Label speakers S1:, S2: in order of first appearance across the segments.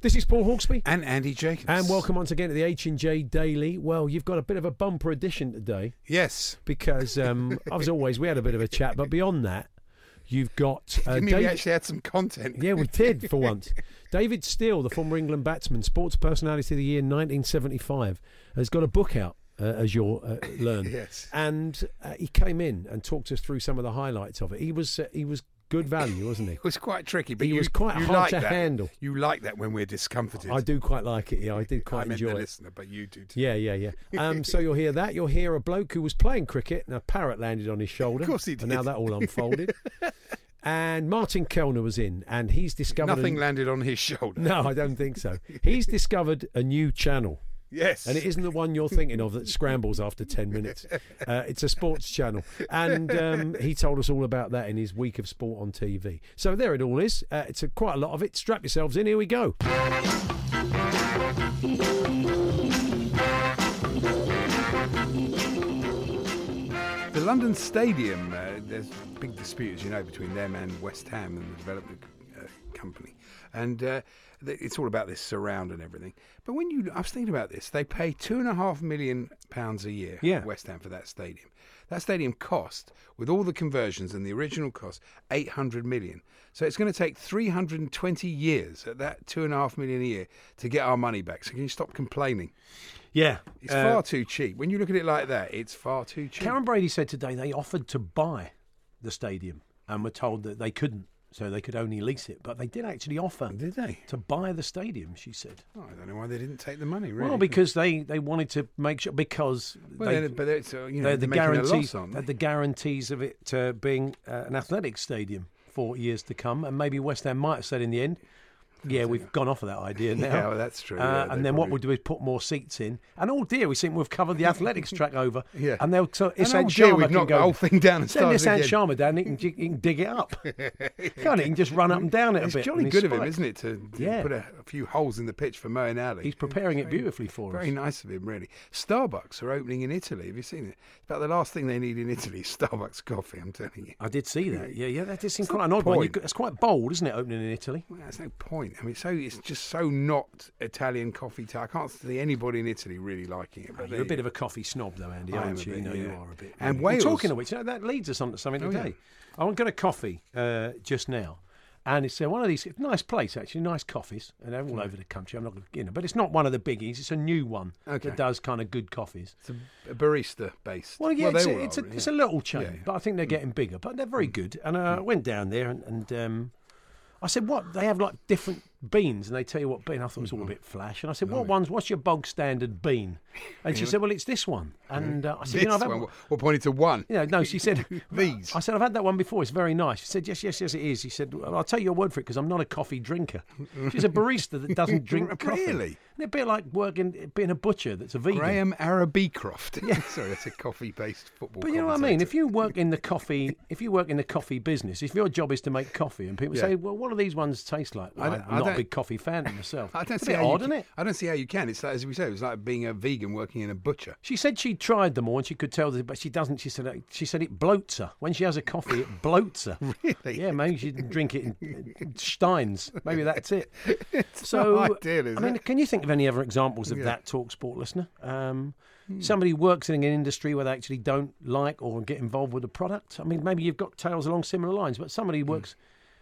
S1: This is Paul Hawksby.
S2: and Andy Jacobs.
S1: And welcome once again to the H and J Daily. Well, you've got a bit of a bumper edition today
S2: Yes.
S1: because, um, as always, we had a bit of a chat. But beyond that, you've got uh,
S2: You mean we
S1: David-
S2: actually had some content.
S1: yeah, we did for once. David Steele, the former England batsman, Sports Personality of the Year 1975, has got a book out, uh, as you'll uh, learn.
S2: Yes.
S1: And uh, he came in and talked us through some of the highlights of it. He was uh, he was good value, wasn't he?
S2: It was quite tricky, but
S1: He
S2: you,
S1: was quite
S2: you
S1: hard
S2: like
S1: to
S2: that.
S1: handle.
S2: You like that when we're discomforted.
S1: I do quite like it. Yeah, I did
S2: I
S1: quite
S2: meant
S1: enjoy
S2: the
S1: it.
S2: listener, but you do too.
S1: Yeah, yeah, yeah. Um, so you'll hear that. You'll hear a bloke who was playing cricket and a parrot landed on his shoulder.
S2: Of course he
S1: And now
S2: did.
S1: that all unfolded. and Martin Kellner was in and he's discovered.
S2: Nothing
S1: a-
S2: landed on his shoulder.
S1: no, I don't think so. He's discovered a new channel.
S2: Yes.
S1: And it isn't the one you're thinking of that scrambles after 10 minutes. Uh, it's a sports channel. And um, he told us all about that in his week of sport on TV. So there it all is. Uh, it's a, quite a lot of it. Strap yourselves in. Here we go.
S2: The London Stadium, uh, there's big dispute, as you know, between them and West Ham and the development uh, company. And uh, th- it's all about this surround and everything. But when you, I was thinking about this, they pay two and a half million pounds a year,
S1: Yeah.
S2: West Ham, for that stadium. That stadium cost, with all the conversions and the original cost, 800 million. So it's going to take 320 years at that two and a half million a year to get our money back. So can you stop complaining?
S3: Yeah.
S2: It's far too cheap. When you look at it like that, it's far too cheap.
S3: Karen Brady said today they offered to buy the stadium and were told that they couldn't, so they could only lease it. But they did actually offer
S2: Did they?
S3: to buy the stadium, she said.
S2: Oh, I don't know why they didn't take the money. Really?
S3: Well, because they, they wanted to make sure, because
S2: well,
S3: they,
S2: then, but it's, uh, you know, they're,
S3: they're the
S2: making a
S3: guarantee,
S2: loss, aren't
S3: they're
S2: they?
S3: the guarantees of it uh, being uh, an athletic stadium for years to come. And maybe West Ham might have said in the end, yeah, we've gone off of that idea now.
S2: Yeah, well, that's true,
S3: Uh,
S2: yeah,
S3: and
S2: they
S3: then what
S2: probably-
S3: we'll do is put more seats in. And oh dear, we seem we've covered the athletics track over.
S2: Yeah.
S3: And they'll t-
S2: And
S3: Ishan
S2: oh dear,
S3: Sharma
S2: we've
S3: can
S2: knocked
S3: go,
S2: the whole thing down and
S3: Send
S2: started
S3: Ishan
S2: again.
S3: Sharma down, he can, he can dig it up. Can't he? He can just run up and down it
S2: It's
S3: a bit.
S2: jolly
S3: on his
S2: good of him,
S3: spike.
S2: isn't it, to, to
S3: Yeah.
S2: put a, a few holes in the pitch for Moen Ali?
S3: He's preparing it
S2: Very-
S3: beautifully for
S2: Very
S3: us.
S2: nice of him, really. Starbucks are opening in Italy. Have you seen it? It's about the last thing they need in Italy is Starbucks coffee, I'm telling you.
S3: I did see that. Yeah, yeah, that is seem
S2: It's not
S3: quite an odd one.
S2: point.
S3: It's quite bold, isn't it, opening in Italy?
S2: Well, that's no point. I mean, so it's just so not Italian coffee. tea. I can't see anybody in Italy really liking it. But
S3: Ah, You're a bit of a coffee snob, though, Andy,
S2: I am
S3: aren't
S2: a
S3: you?
S2: bit,
S3: you know you
S2: yeah.
S3: are a bit.
S2: And
S3: Well,
S2: Wales-
S3: Talking of which, you know, that leads us on to something
S2: Oh, yeah.
S3: today. I got a coffee uh, just now, and it's uh, one of these it's a nice place actually, nice coffees, and they're all
S2: Hmm.
S3: over the country. I'm not going to, you know, but it's not one of the biggies. It's a new one
S2: Okay.
S3: that does kind of good coffees.
S2: a barista based.
S3: Well, yeah,
S2: they
S3: it's,
S2: all
S3: a,
S2: are,
S3: it's, a,
S2: really,
S3: it's a
S2: yeah.
S3: little chain,
S2: Yeah, Mm. yeah.
S3: but I think they're getting bigger. But they're very good. And uh, I went down there and, and um, I said, "What they have like different beans?" And they tell you what bean. I thought it was all a
S2: Mm-hmm.
S3: bit flash. And I said, "What ones? What's your bog standard bean?" And she said, "Well, it's this one." And uh, I said,
S2: Mm-hmm. This
S3: "You know, I've had,
S2: one, we're pointing to one.
S3: you know, no." She said,
S2: These.
S3: I said, "I've had that one before. It's very nice." She said, "Yes, yes, yes, it is." She said, well, "I'll take your word for it because I'm not a coffee drinker. She's a barista that doesn't drink coffee.
S2: Really?
S3: And a bit like working, being a butcher that's a vegan.
S2: Graham Arabicroft. Yeah. Sorry, it's a coffee-based football.
S3: But you know what I mean. If you work in the coffee, if you work in the coffee business, if your job is to make coffee, and people
S2: Yeah.
S3: say, "Well, what do these ones taste like?" Well,
S2: I,
S3: I'm
S2: I
S3: not not
S2: don't-
S3: a big coffee fan myself.
S2: I don't
S3: It's a
S2: see
S3: bit
S2: how
S3: odd,
S2: you
S3: isn't
S2: can,
S3: it?
S2: I don't see how you can. It's like, as we said, it's like being a vegan working in a butcher.
S3: She said she tried them all and she could tell, that, but she doesn't. She said it- she said it bloats her when she has a coffee. It bloats her.
S2: Really?
S3: Yeah, maybe she didn't drink it in- in steins. Maybe that's it. so,
S2: not ideal, is
S3: I mean,
S2: it?
S3: can you think of any other examples of that talk sport listener? Um,
S2: Hmm.
S3: Somebody who works in an industry where they actually don't like or get involved with a product. I mean, maybe you've got tales along similar lines, but somebody who
S2: Hmm.
S3: works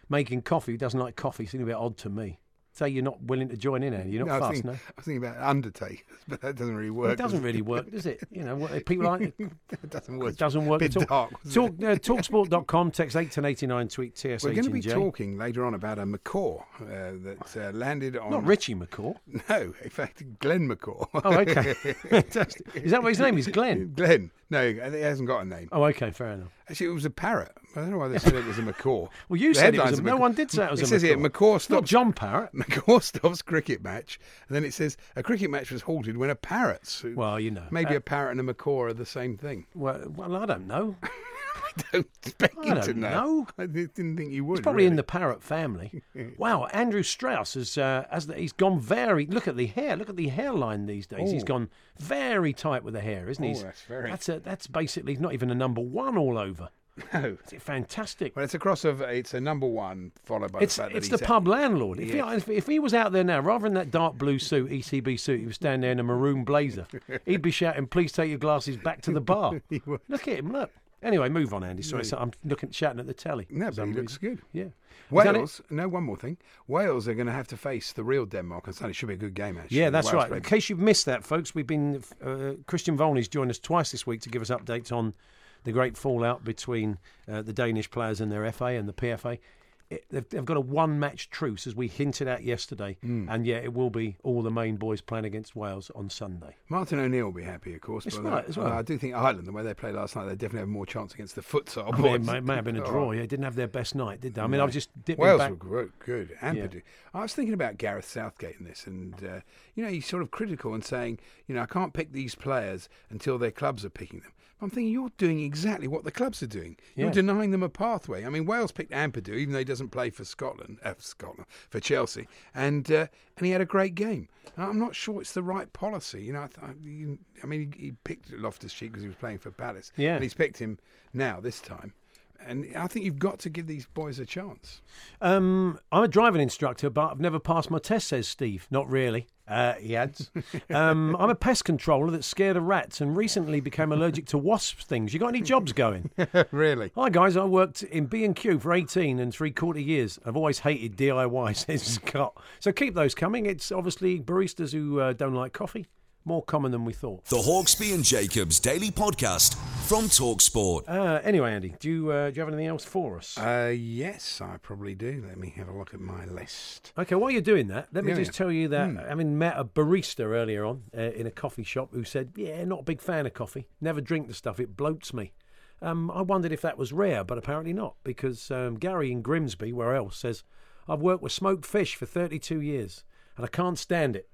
S3: making coffee who doesn't like coffee seems a bit odd to me. Say you're not willing to join in, and you're not
S2: I, was
S3: fast,
S2: thinking,
S3: no.
S2: I was thinking about undertakers, but that doesn't really work.
S3: It doesn't
S2: does
S3: really work, does it? You know, what, people like
S2: It doesn't work.
S3: it doesn't work
S2: Bit
S3: at all.
S2: dark. wasn't
S3: Talk,
S2: it?
S3: uh, talksport.com, text 81089, tweet TSH.
S2: We're going to be
S3: J.
S2: talking later on about a macaw uh, that uh, landed on.
S3: Not Richie McCaw.
S2: No, in fact, Glenn macaw.
S3: Oh, okay. Fantastic. Is that what his name is? Glenn?
S2: Glenn. No, he hasn't got a name.
S3: Oh, okay, fair enough.
S2: Actually, it was a parrot. I don't know why they said it was a macaw.
S3: Well, you
S2: The
S3: said it
S2: headline's
S3: was a, No
S2: macaw.
S3: one did say it was
S2: it
S3: a
S2: says
S3: macaw.
S2: here, macaw
S3: Not
S2: stops
S3: John Parrott.
S2: Macaw stops cricket match, and then it says a cricket match was halted when a parrot. suit-
S3: Well, you know.
S2: maybe
S3: Uh,
S2: a parrot and a macaw are the same thing.
S3: Well, well, I don't know.
S2: Don't expect
S3: I
S2: you to
S3: don't
S2: know.
S3: know.
S2: I di- didn't think you would.
S3: It's probably in
S2: really.
S3: the Parrott family. Wow, Andrew Strauss has, uh, has the, he's gone very. Look at the hair. Look at the hairline these days. He's gone very tight with the hair, isn't he?
S2: Oh,
S3: He's-
S2: that's very-
S3: That's, a, that's basically not even a number one all over.
S2: No.
S3: It's fantastic.
S2: Well, it's a cross of it's a number one followed by
S3: It's
S2: the fact
S3: it's
S2: that
S3: the
S2: he's
S3: pub landlord. If,
S2: Yes.
S3: he, if, if he was out there now, rather than that dark blue suit, ECB suit, he was standing there in a maroon blazer. he'd be shouting, "Please take your glasses back to the bar." look at him. Look. Anyway, move on, Andy. Sorry, so I'm looking shouting at the telly.
S2: No,
S3: for
S2: but
S3: some
S2: he looks
S3: reason.
S2: good.
S3: Yeah. Is that it?
S2: Wales. No, one more thing. Wales are going to have to face the real Denmark on Sunday. It should be a good game actually.
S3: Yeah, that's
S2: Wales
S3: right.
S2: play-
S3: In case you've missed that, folks, we've been uh, Christian Volney's joined us twice this week to give us updates on the great fallout between uh, the Danish players and their FA and the PFA. It, they've, they've got a one-match truce, as we hinted at yesterday,
S2: Hmm.
S3: and yeah, it will be all the main boys playing against Wales on Sunday.
S2: Martin O'Neill will be happy, of course.
S3: It's
S2: but
S3: right
S2: uh,
S3: as well.
S2: I do think Ireland, the way they played last night, they definitely have more chance against the futsal.
S3: I mean, it
S2: boys.
S3: may, may have been a draw. Yeah, didn't have their best night, did they? I mean, I was just dipping
S2: Oh. Wales
S3: back.
S2: were gro- good and
S3: Yeah.
S2: Purdue. I was thinking about Gareth Southgate in this, and uh, you know he's sort of critical and saying, you know, I can't pick these players until their clubs are picking them. I'm thinking you're doing exactly what the clubs are doing. You're
S3: Yeah.
S2: denying them a pathway. I mean, Wales picked Ampadu, even though he doesn't play for Scotland, uh, for Scotland for Chelsea, and uh, and he had a great game. And I'm not sure it's the right policy. You know, I, th- I, you- I mean, he, he picked Loftus Cheek because he was playing for Palace,
S3: Yeah.
S2: and he's picked him now this time. And I think you've got to give these boys a chance.
S3: Um, I'm a driving instructor, but I've never passed my test, says Steve. Not really, uh, he adds. um, I'm a pest controller that's scared of rats and recently became allergic to wasp things. You got any jobs going?
S2: Really?
S3: Hi, guys. I worked in B&Q for 18 and three quarter years. I've always hated DIY, says Scott. So keep those coming. It's obviously baristas who uh, don't like coffee. More common than we thought.
S4: The Hawksby and Jacobs Daily Podcast from Talksport.
S3: Uh, anyway, Andy, do you, uh, do you have anything else for us?
S2: Uh, yes, I probably do. Let me have a look at my list.
S3: Okay, while you're doing that, let me
S2: Yeah, yeah.
S3: just
S2: Hmm.
S3: tell you that having met a barista earlier on uh, in a coffee shop who said, "Yeah, not a big fan of coffee. Never drink the stuff. It bloats me." Um, I wondered if that was rare, but apparently not, because um, Gary in Grimsby, where else, says, "I've worked with smoked fish for 32 years, and I can't stand it."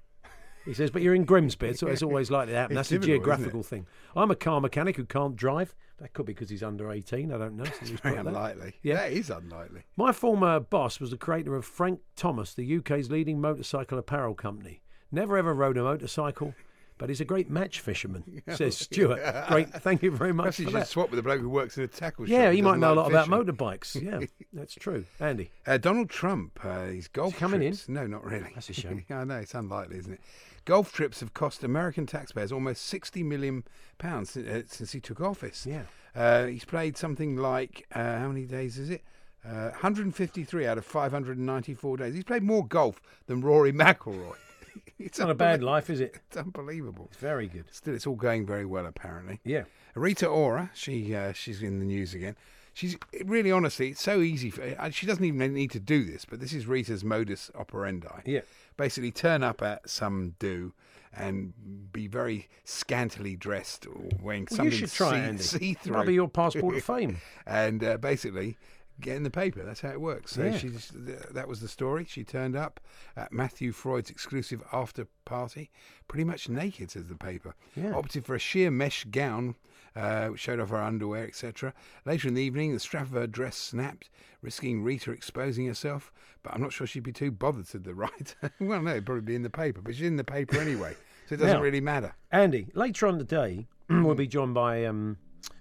S3: He says, "But you're in Grimsby, so it's always like that. happen.
S2: It's
S3: That's a
S2: typical, isn't it?
S3: geographical thing. I'm a car mechanic who can't drive. That could be because he's under 18. I don't know. So he's
S2: Very
S3: put that.
S2: unlikely.
S3: Yeah.
S2: That is unlikely.
S3: My former boss was the creator of Frank Thomas, the UK's leading motorcycle apparel company. Never ever rode a motorcycle, but he's a great match fisherman, says
S2: oh,
S3: Stuart. Great, thank you very much
S2: Perhaps
S3: for
S2: you should
S3: that.
S2: swap with a bloke who works in a tackle shop.
S3: Yeah,
S2: who
S3: you
S2: doesn't
S3: might know a
S2: like
S3: lot
S2: fishing.
S3: about motorbikes. Yeah, that's true. Andy,
S2: Uh, Donald Trump, uh, his golf
S3: coming in?
S2: trips. No, not really.
S3: That's a shame.
S2: I know it's unlikely, isn't it? Golf trips have cost American taxpayers almost sixty million pounds since, uh, since he took office.
S3: Yeah.
S2: uh, he's played something like uh, how many days is it? Uh, 153 out of 594 days. He's played more golf than Rory McIlroy.
S3: it's not a bad life, is it?
S2: It's unbelievable.
S3: It's very good.
S2: Still, it's all going very well, apparently.
S3: Yeah.
S2: Rita Ora, she uh, she's in the news again. She's really, honestly, it's so easy. For, uh, she doesn't even need to do this, but this is Rita's modus operandi.
S3: Yeah.
S2: Basically, turn up at some do and be very scantily dressed or wearing
S3: Well,
S2: something
S3: you should try it, Andy.
S2: see, through
S3: That'll be your passport to fame.
S2: and uh, basically get in the paper. That's how it works. So
S3: Yeah.
S2: she just, th- that was the story. She turned up at Matthew Freud's exclusive after party, pretty much naked, says the paper.
S3: Yeah.
S2: Opted for a sheer mesh gown, uh, which showed off her underwear, etc. Later in the evening, the strap of her dress snapped, risking Rita exposing herself. But I'm not sure she'd be too bothered, said the writer. well, no, it'd probably be in the paper, but she's in the paper anyway, so it doesn't
S3: Now-
S2: really matter.
S3: Andy, later on today, we'll be joined by um,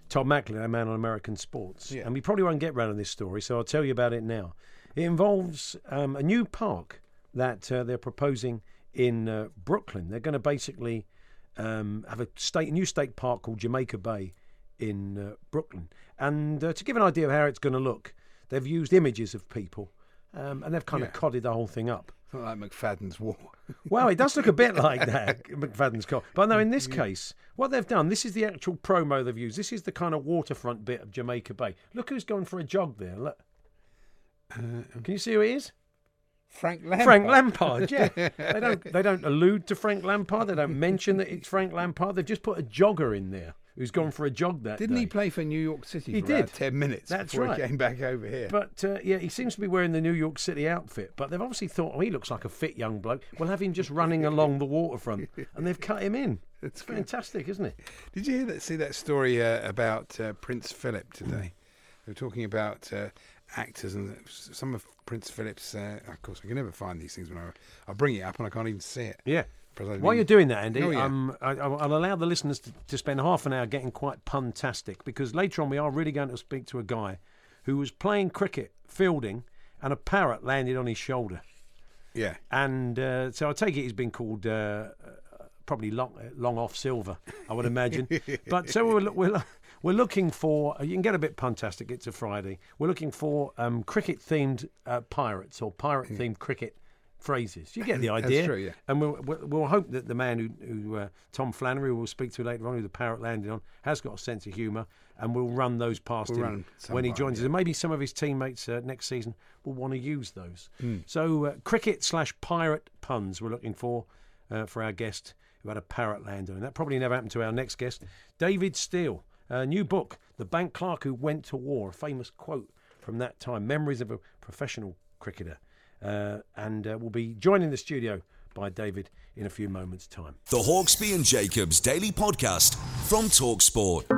S3: Todd Macklin, our man on American sports.
S2: Yeah.
S3: And we probably won't get round to this story, so I'll tell you about it now. It involves um, a new park that uh, they're proposing in uh, Brooklyn. They're going to basically um, have a state, new state park called Jamaica Bay in uh, Brooklyn. And uh, to give an idea of how it's going to look, they've used images of people um, and they've kind of codded the whole thing up.
S2: It's not like McFadden's War.
S3: Well, it does look a bit like that, McFadden's car. But no, in this case, what they've done, this is the actual promo they've used. This is the kind of waterfront bit of Jamaica Bay. Look who's going for a jog there. Look.
S2: Uh,
S3: Can you see who it is?
S2: Frank Lampard.
S3: Frank Lampard. Yeah, they don't they don't allude to Frank Lampard. They don't mention that it's Frank Lampard. They've just put a jogger in there who's gone for a jog that
S2: Didn't he
S3: day.
S2: play for New York City
S3: He
S2: for about
S3: did.
S2: 10 minutes
S3: That's
S2: before
S3: right.
S2: he came back over here?
S3: But uh, yeah, he seems to be wearing the New York City outfit. But they've obviously thought, oh, he looks like a fit young bloke. We'll have him just running along the waterfront, and they've cut him in. It's fantastic, isn't it?
S2: Did you hear that? See that story uh, about uh, Prince Philip today? they were talking about uh, actors and some of Prince Philip's. Uh, of course, I can never find these things when I I bring it up and I can't even see it.
S3: Yeah.
S2: Because I
S3: While
S2: didn't-
S3: you're doing that, Andy,
S2: Oh, yeah.
S3: um, I, I'll I'll allow the listeners to, to spend half an hour getting quite puntastic because later on we are really going to speak to a guy who was playing cricket, fielding, and a parrot landed on his shoulder.
S2: yeah.
S3: And uh, so I take it he's been called uh, uh, probably long, uh, long off silver, I would imagine. but so we're, lo- we're, lo- we're looking for, uh, you can get a bit puntastic, it's a Friday. We're looking for um, cricket themed uh, pirates or pirate themed cricket phrases. You get the
S2: Hmm. That's
S3: idea.
S2: true, yeah.
S3: And we'll, we'll, we'll hope that the man who, who uh, Tom Flannery, who we'll speak to later on, who the parrot landed on, has got a sense of humour and we'll run those past
S2: We'll
S3: him
S2: run some
S3: when he
S2: by him,
S3: joins
S2: yeah.
S3: us. And maybe some of his teammates uh, next season will want to use those.
S2: Hmm.
S3: So, uh, cricket slash pirate puns we're looking for uh, for our guest who had a parrot land on. That probably never happened to our next guest, David Steele. A new book, The Bank Clerk Who Went to War, a famous quote from that time, memories of a professional cricketer. Uh, and uh, we'll be joining the studio by David in a few moments' time.
S4: The Hawksby and Jacobs Daily Podcast from Talksport.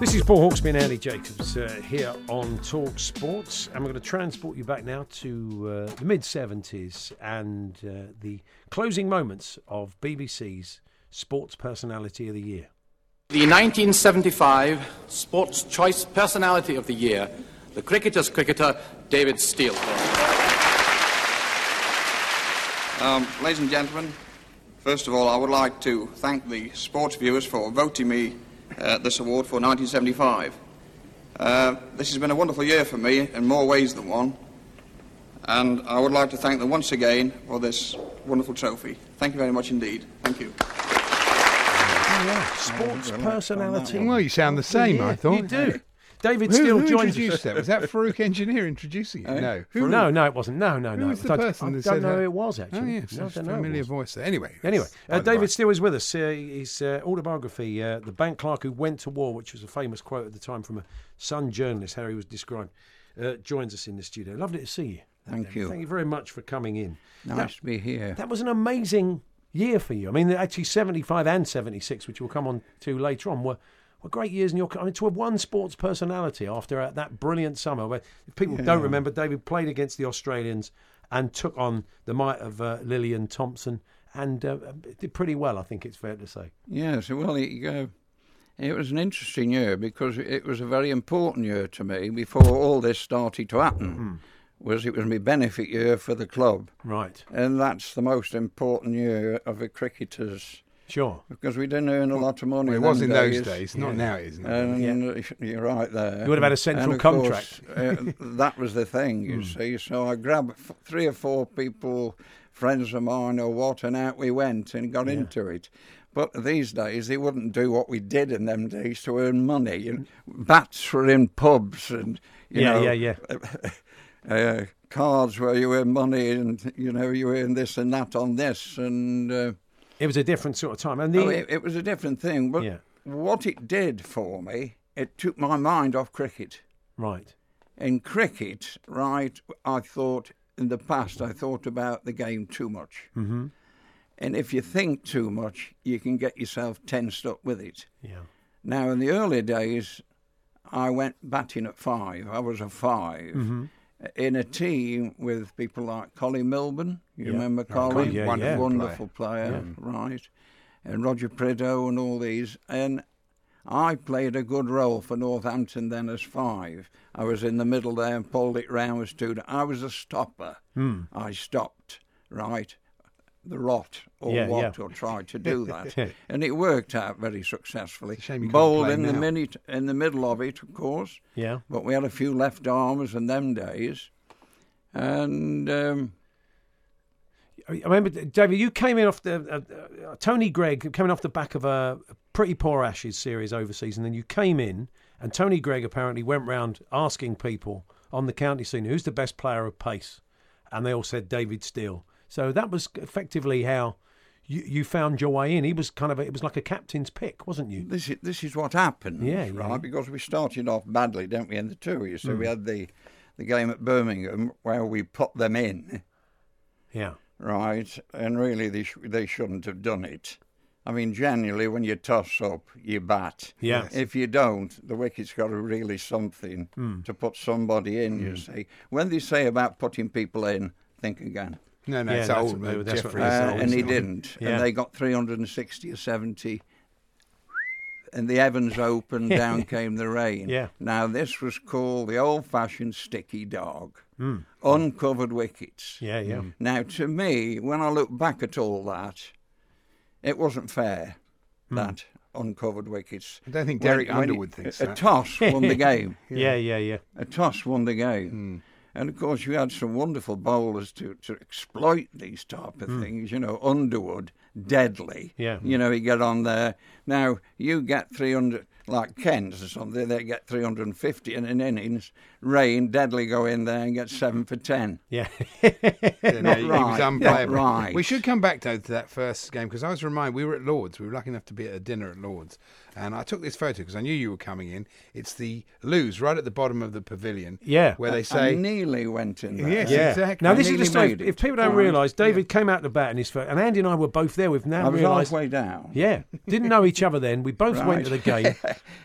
S3: This is Paul Hawksby and Andy Jacobs uh, here on Talk Sports, and we're going to transport you back now to uh, the mid 70s and uh, the closing moments of BBC's Sports Personality of the Year.
S5: The 1975 Sports Choice Personality of the Year, the cricketer's cricketer, David Steele.
S6: Um, ladies and gentlemen, first of all, I would like to thank the sports viewers for voting me uh, this award for 1975. Uh, this has been a wonderful year for me in more ways than one, and I would like to thank them once again for this wonderful trophy. Thank you very much indeed. Thank you.
S2: Oh,
S3: Sports Personality.
S2: Well, you sound the
S3: of
S2: same,
S3: Year.
S2: I thought.
S3: You do. David
S2: Who,
S3: Steele
S2: who
S3: joins
S2: introduced
S3: us. Uh,
S2: that? Was that Farouk Engineer introducing it? No. Who,
S3: No, no, it wasn't. No, no,
S2: who
S3: no.
S2: was the
S3: I,
S2: person
S3: I
S2: that
S3: don't
S2: said
S3: know
S2: that?
S3: who it was, actually.
S2: Oh, yeah.
S3: No, I
S2: it's a
S3: don't know who it
S2: familiar
S3: was.
S2: voice there. Anyway.
S3: Anyway,
S2: it's- by
S3: uh,
S2: the by.
S3: David Steele is with us. Uh, his uh, autobiography, uh, The Bank Clerk Who Went to War, which was a famous quote at the time from a Sun journalist, how he was described, uh, joins us in the studio. Lovely to see you.
S6: Thank you.
S3: Thank you very much for coming in.
S6: Nice to be here.
S3: That was an amazing year for you. I mean, actually, 75 and 76, which we'll come on to later on, were. were great years in your career. I mean, to have one sports personality after uh, that brilliant summer, where if people don't remember, David played against the Australians and took on the might of uh, Lillian Thompson and uh, did pretty well, I think it's fair to say.
S6: Yes, well, it, uh, it was an interesting year because it was a very important year to me before all this started to happen. Was it was my benefit year for the club,
S3: Right.
S6: and that's the most important year of a cricketer's
S3: Sure.
S6: because we didn't earn a lot of money.
S2: Well, it was
S6: them Um,
S2: in those days, not now, isn't it?
S6: And you're right there.
S3: You would have had a central
S6: And of course,
S3: contract. Hmm.
S6: uh, that was the thing, you see. So I grabbed f- three or four people, friends of mine or what, and out we went and got into it. But these days, they wouldn't do what we did in them days to earn money. You know, bats were in pubs and, you
S3: Hmm. Yeah,
S6: know,
S3: yeah, yeah.
S6: uh, cards where you earn money and, you know, you earn this and that on this. And uh,
S3: It was a different sort of time, and the,
S6: Oh, it, it was a different thing, but
S3: Yeah.
S6: what it did for me, it took my mind off cricket.
S3: right,
S6: In cricket, right, I thought in the past, I thought about the game too much.
S3: mm-hmm.
S6: And if you think too much, you can get yourself tensed up with it.
S3: yeah,
S6: Now, in the early days, I went batting at five. I was a 5
S3: Mhm.
S6: in a team with people like Colin Milburn. You
S3: Yeah.
S6: remember
S3: Oh,
S6: Colin?
S3: yeah,
S6: Wonder-
S3: yeah.
S6: Wonderful player, right? And Roger Prideaux and all these. And I played a good role for Northampton then as five. I was in the middle there and pulled it round as two. I was a stopper.
S3: Hmm.
S6: I stopped, right? The lot or
S3: Yeah,
S6: what
S3: yeah.
S6: or tried to do that.
S3: Yeah.
S6: and it worked out very successfully.
S2: It's a shame you can't
S6: Bowled
S2: play
S6: in the
S2: now.
S6: minute in the middle of it, of course.
S3: yeah.
S6: But we had a few left armers in them days. And um,
S3: I remember, David, you came in off the uh, uh, Tony Gregg coming off the back of a pretty poor Ashes series overseas, and then you came in, and Tony Gregg apparently went round asking people on the county scene who's the best player of pace, and they all said David Steele. So that was effectively how you, you found your way in. He was kind of a, it was like a captain's pick, wasn't you?
S6: this is this is what happened,
S3: Yeah, yeah.
S6: right? Because we started off badly, didn't we? In the two, so
S2: Hmm.
S6: we had the the game at Birmingham where we put them in,
S3: Yeah,
S6: right? And really, they sh- they shouldn't have done it. I mean, generally, when you toss up, you bat.
S3: Yeah. Yes.
S6: If you don't, the wicket's got to really something to put somebody in. You see, when they say about putting people in, think again.
S2: No, no,
S3: Yeah,
S2: it's
S3: that's
S2: old.
S3: what they-
S2: uh,
S3: that's what
S2: Jeffrey.
S3: they
S2: it's
S6: Uh,
S3: said.
S2: old,
S6: and he
S2: it's old.
S6: didn't.
S3: Yeah.
S6: And they got 360 or 70. And the heavens opened, down came the rain.
S3: Yeah.
S6: Now, this was called the old fashioned sticky dog, uncovered wickets.
S3: Hmm.
S6: Hmm.
S3: yeah, yeah.
S6: Now, to me, when I look back at all that, it wasn't fair,
S3: Hmm.
S6: that uncovered wickets.
S2: I don't think
S6: When-
S2: Derek
S6: when it-
S2: Underwood thinks
S6: a, a
S2: that.
S6: toss won the game.
S3: Yeah, yeah, yeah.
S6: A toss won the
S2: Hmm.
S6: game. And of course, you had some wonderful bowlers to, to exploit these type of
S2: Hmm.
S6: things. You know, Underwood, deadly.
S3: Yeah.
S6: You know, he get on there. Now, you get 300, like Kent or something, they get 350 in an innings. Rain, deadly go in there and get seven for 10.
S3: Yeah,
S2: Yeah, no, he- he was
S6: right, not
S2: unplayable.
S6: right.
S2: We should come back though to that first game because I was reminded we were at Lords. We were lucky enough to be at a dinner at Lords, and I took this photo because I knew you were coming in. It's the loos right at the bottom of the pavilion.
S3: Yeah.
S2: where they
S6: I
S2: say
S6: nearly went in there.
S2: Yes,
S3: Yeah.
S2: exactly.
S3: Now this is
S6: Nearly
S3: the story.
S6: made
S3: If
S6: it.
S3: people don't
S6: Right.
S3: realise, David came out the bat in his first, and Andy and I were both there. We've
S6: I
S3: now
S6: was
S3: realised.
S6: halfway down.
S3: Yeah, didn't know each other then. We both went to the game.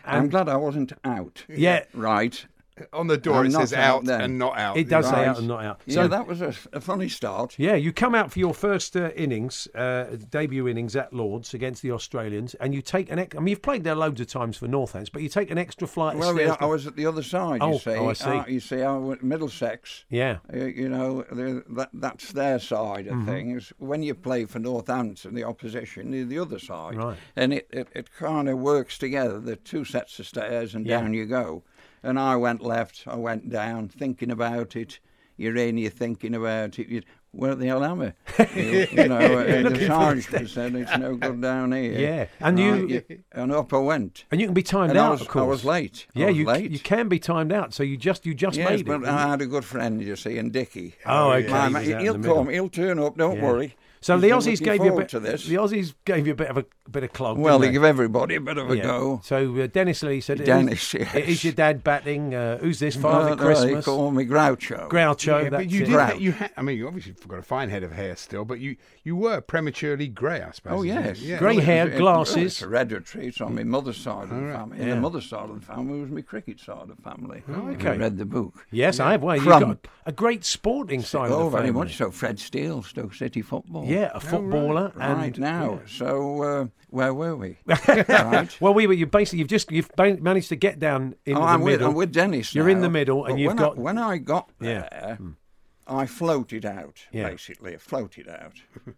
S6: I'm glad I wasn't out.
S3: Yeah.
S6: Right.
S2: on the door
S6: I'm
S2: it says
S6: not out
S2: out
S6: then.
S2: and not out.
S3: It does say
S6: Right.
S3: out and not out. So
S6: yeah, that was a, a funny start.
S3: yeah, you come out for your first uh, innings, uh, debut innings at Lords against the Australians, and you take an. Ex- I mean, you've played there loads of times for Northants, but you take an extra flight. of
S6: Well, we,
S3: stairs
S6: I was at the other side,
S3: Oh,
S6: you see.
S3: oh, I see.
S6: Uh, you see, I went Middlesex.
S3: Yeah. Mm-hmm.
S6: Uh, you know, the- that, that's their side of things. When you play for Northampton, the opposition is the other side.
S3: Right.
S6: And it, it, it kind of works together. The two sets of stairs and
S3: Yeah.
S6: down you go. And I went left, I went down, thinking about it. You're in, you're thinking about it. You, where the hell am I? you, you know, and the sergeant said, it's no good down here.
S3: Yeah. And you-
S6: And up I went.
S3: and you can be timed
S6: And I
S3: out.
S6: was-
S3: of
S6: I
S3: course,
S6: was late. I
S3: Yeah,
S6: was
S3: you
S6: late.
S3: you can be timed out. So you just you just
S6: Yes,
S3: made
S6: but uh,
S3: it.
S6: I had a good friend, you see, and Dickie.
S3: Oh, okay,
S6: My
S3: he
S6: ma-
S3: was out in
S6: he'll
S3: the middle.
S6: come. He'll turn up. Don't
S3: Yeah.
S6: worry.
S3: So
S6: He's
S3: the
S6: been
S3: Aussies
S6: looking
S3: gave you a
S6: forward
S3: bit.
S6: To this.
S3: The Aussies gave you a bit of a bit of clog.
S6: well,
S3: didn't
S6: they give everybody a bit of a
S3: Yeah.
S6: go.
S3: So uh, Dennis Lee said,
S6: Dennis,
S3: it is,
S6: yes.
S3: it is your dad batting. Uh, who's this Father
S6: No, no, They
S3: Christmas?
S6: call me Groucho.
S3: Groucho.
S2: Yeah,
S3: that's
S2: but you
S3: it.
S2: did. Ha-
S6: Brown.
S2: you ha- I mean, you obviously got a fine head of hair still, but you you were prematurely grey, I suppose.
S6: Oh
S2: isn't it?
S6: yes,
S2: Yeah.
S3: Grey
S6: Well, it
S3: hair,
S6: was- it-
S3: glasses.
S6: It's hereditary. It's on my mother's side of the family. And
S3: Yeah.
S6: the mother's side of the family was my cricket side of the family. Oh,
S3: okay.
S6: I read the book.
S3: Yes, I have. Well, you've
S6: Crump.
S3: got a great sporting side
S6: oh,
S3: of the
S6: very
S3: family.
S6: much so. Fred Steele, Stoke City football.
S2: Oh,
S3: Yeah, a footballer and
S6: Right now.
S3: yeah.
S6: So uh, where were we? right.
S3: Well, we were. You basically you've just you've ba- managed to get down in
S6: oh,
S3: the
S6: I'm
S3: middle.
S6: With, I'm with Dennis.
S3: You're in
S6: now,
S3: the middle, and
S6: but
S3: you've
S6: when
S3: got
S6: I, when I got
S3: Yeah. Hmm.
S6: there, I floated out
S3: Yeah.
S6: basically. I floated out,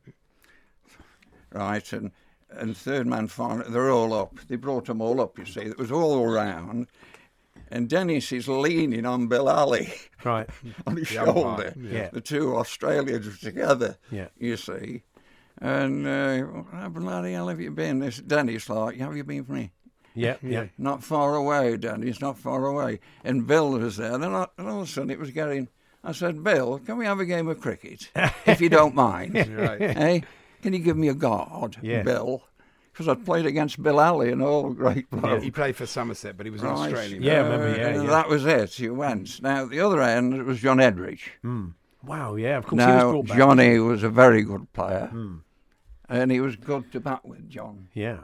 S6: right? And and third man, final, they're all up. They brought them all up. You see, it was all round. And Dennis is leaning on Bill Alley
S3: right.
S6: on his
S2: umpire,
S6: shoulder.
S3: yeah.
S6: The two Australians were together,
S3: Yeah.
S6: you see. And uh, how the hell have you been? This Dennis like, have you been for me?
S3: Yeah, yeah,
S6: not far away, Danny. It's not far away. And Bill was there. Then I, and all of a sudden it was getting. I said, Bill, can we have a game of cricket, if you don't mind?
S2: Right.
S6: eh? Can you give me a guard,
S2: Yeah.
S6: Bill? Because I played against Bill Alley and all great bloke.
S2: He played for Somerset, but he was an
S6: Right.
S2: Australian.
S6: Uh, That was it. You went. Now the other end it was John Edridge.
S3: Wow, yeah, Mm, of course
S6: now
S3: he was brought back.
S6: Johnny was a very good player,
S3: Hmm.
S6: and he was good to bat with. John.
S3: Yeah.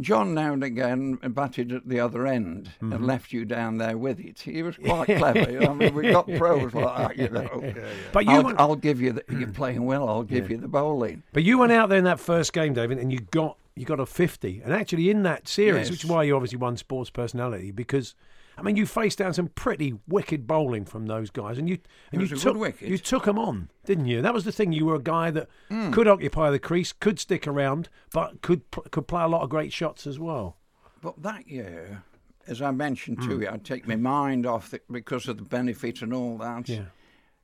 S6: John now and again batted at the other end
S3: Mm-hmm.
S6: and left you down there with it. He was quite
S3: Yeah.
S6: clever. I mean, we got pros like that, you know.
S3: Yeah, yeah. But you
S6: I'll,
S3: were-
S6: I'll give you the, you're playing well. I'll give
S3: Yeah.
S6: you the bowling.
S3: But you went out there in that first game, David, and you got you got a fifty. And actually, in that series,
S6: Yes.
S3: which is why you obviously won Sports Personality, because I mean, you faced down some pretty wicked bowling from those guys, and you and
S6: was
S3: you
S6: a
S3: took
S6: good wicket.
S3: you took them on, didn't you? That was the thing. You were a guy that
S6: Mm.
S3: could occupy the crease, could stick around, but could pl- could play a lot of great shots as well.
S6: But that year, as I mentioned to
S3: Mm.
S6: you, I take my mind off it because of the benefit and all that.
S3: Yeah.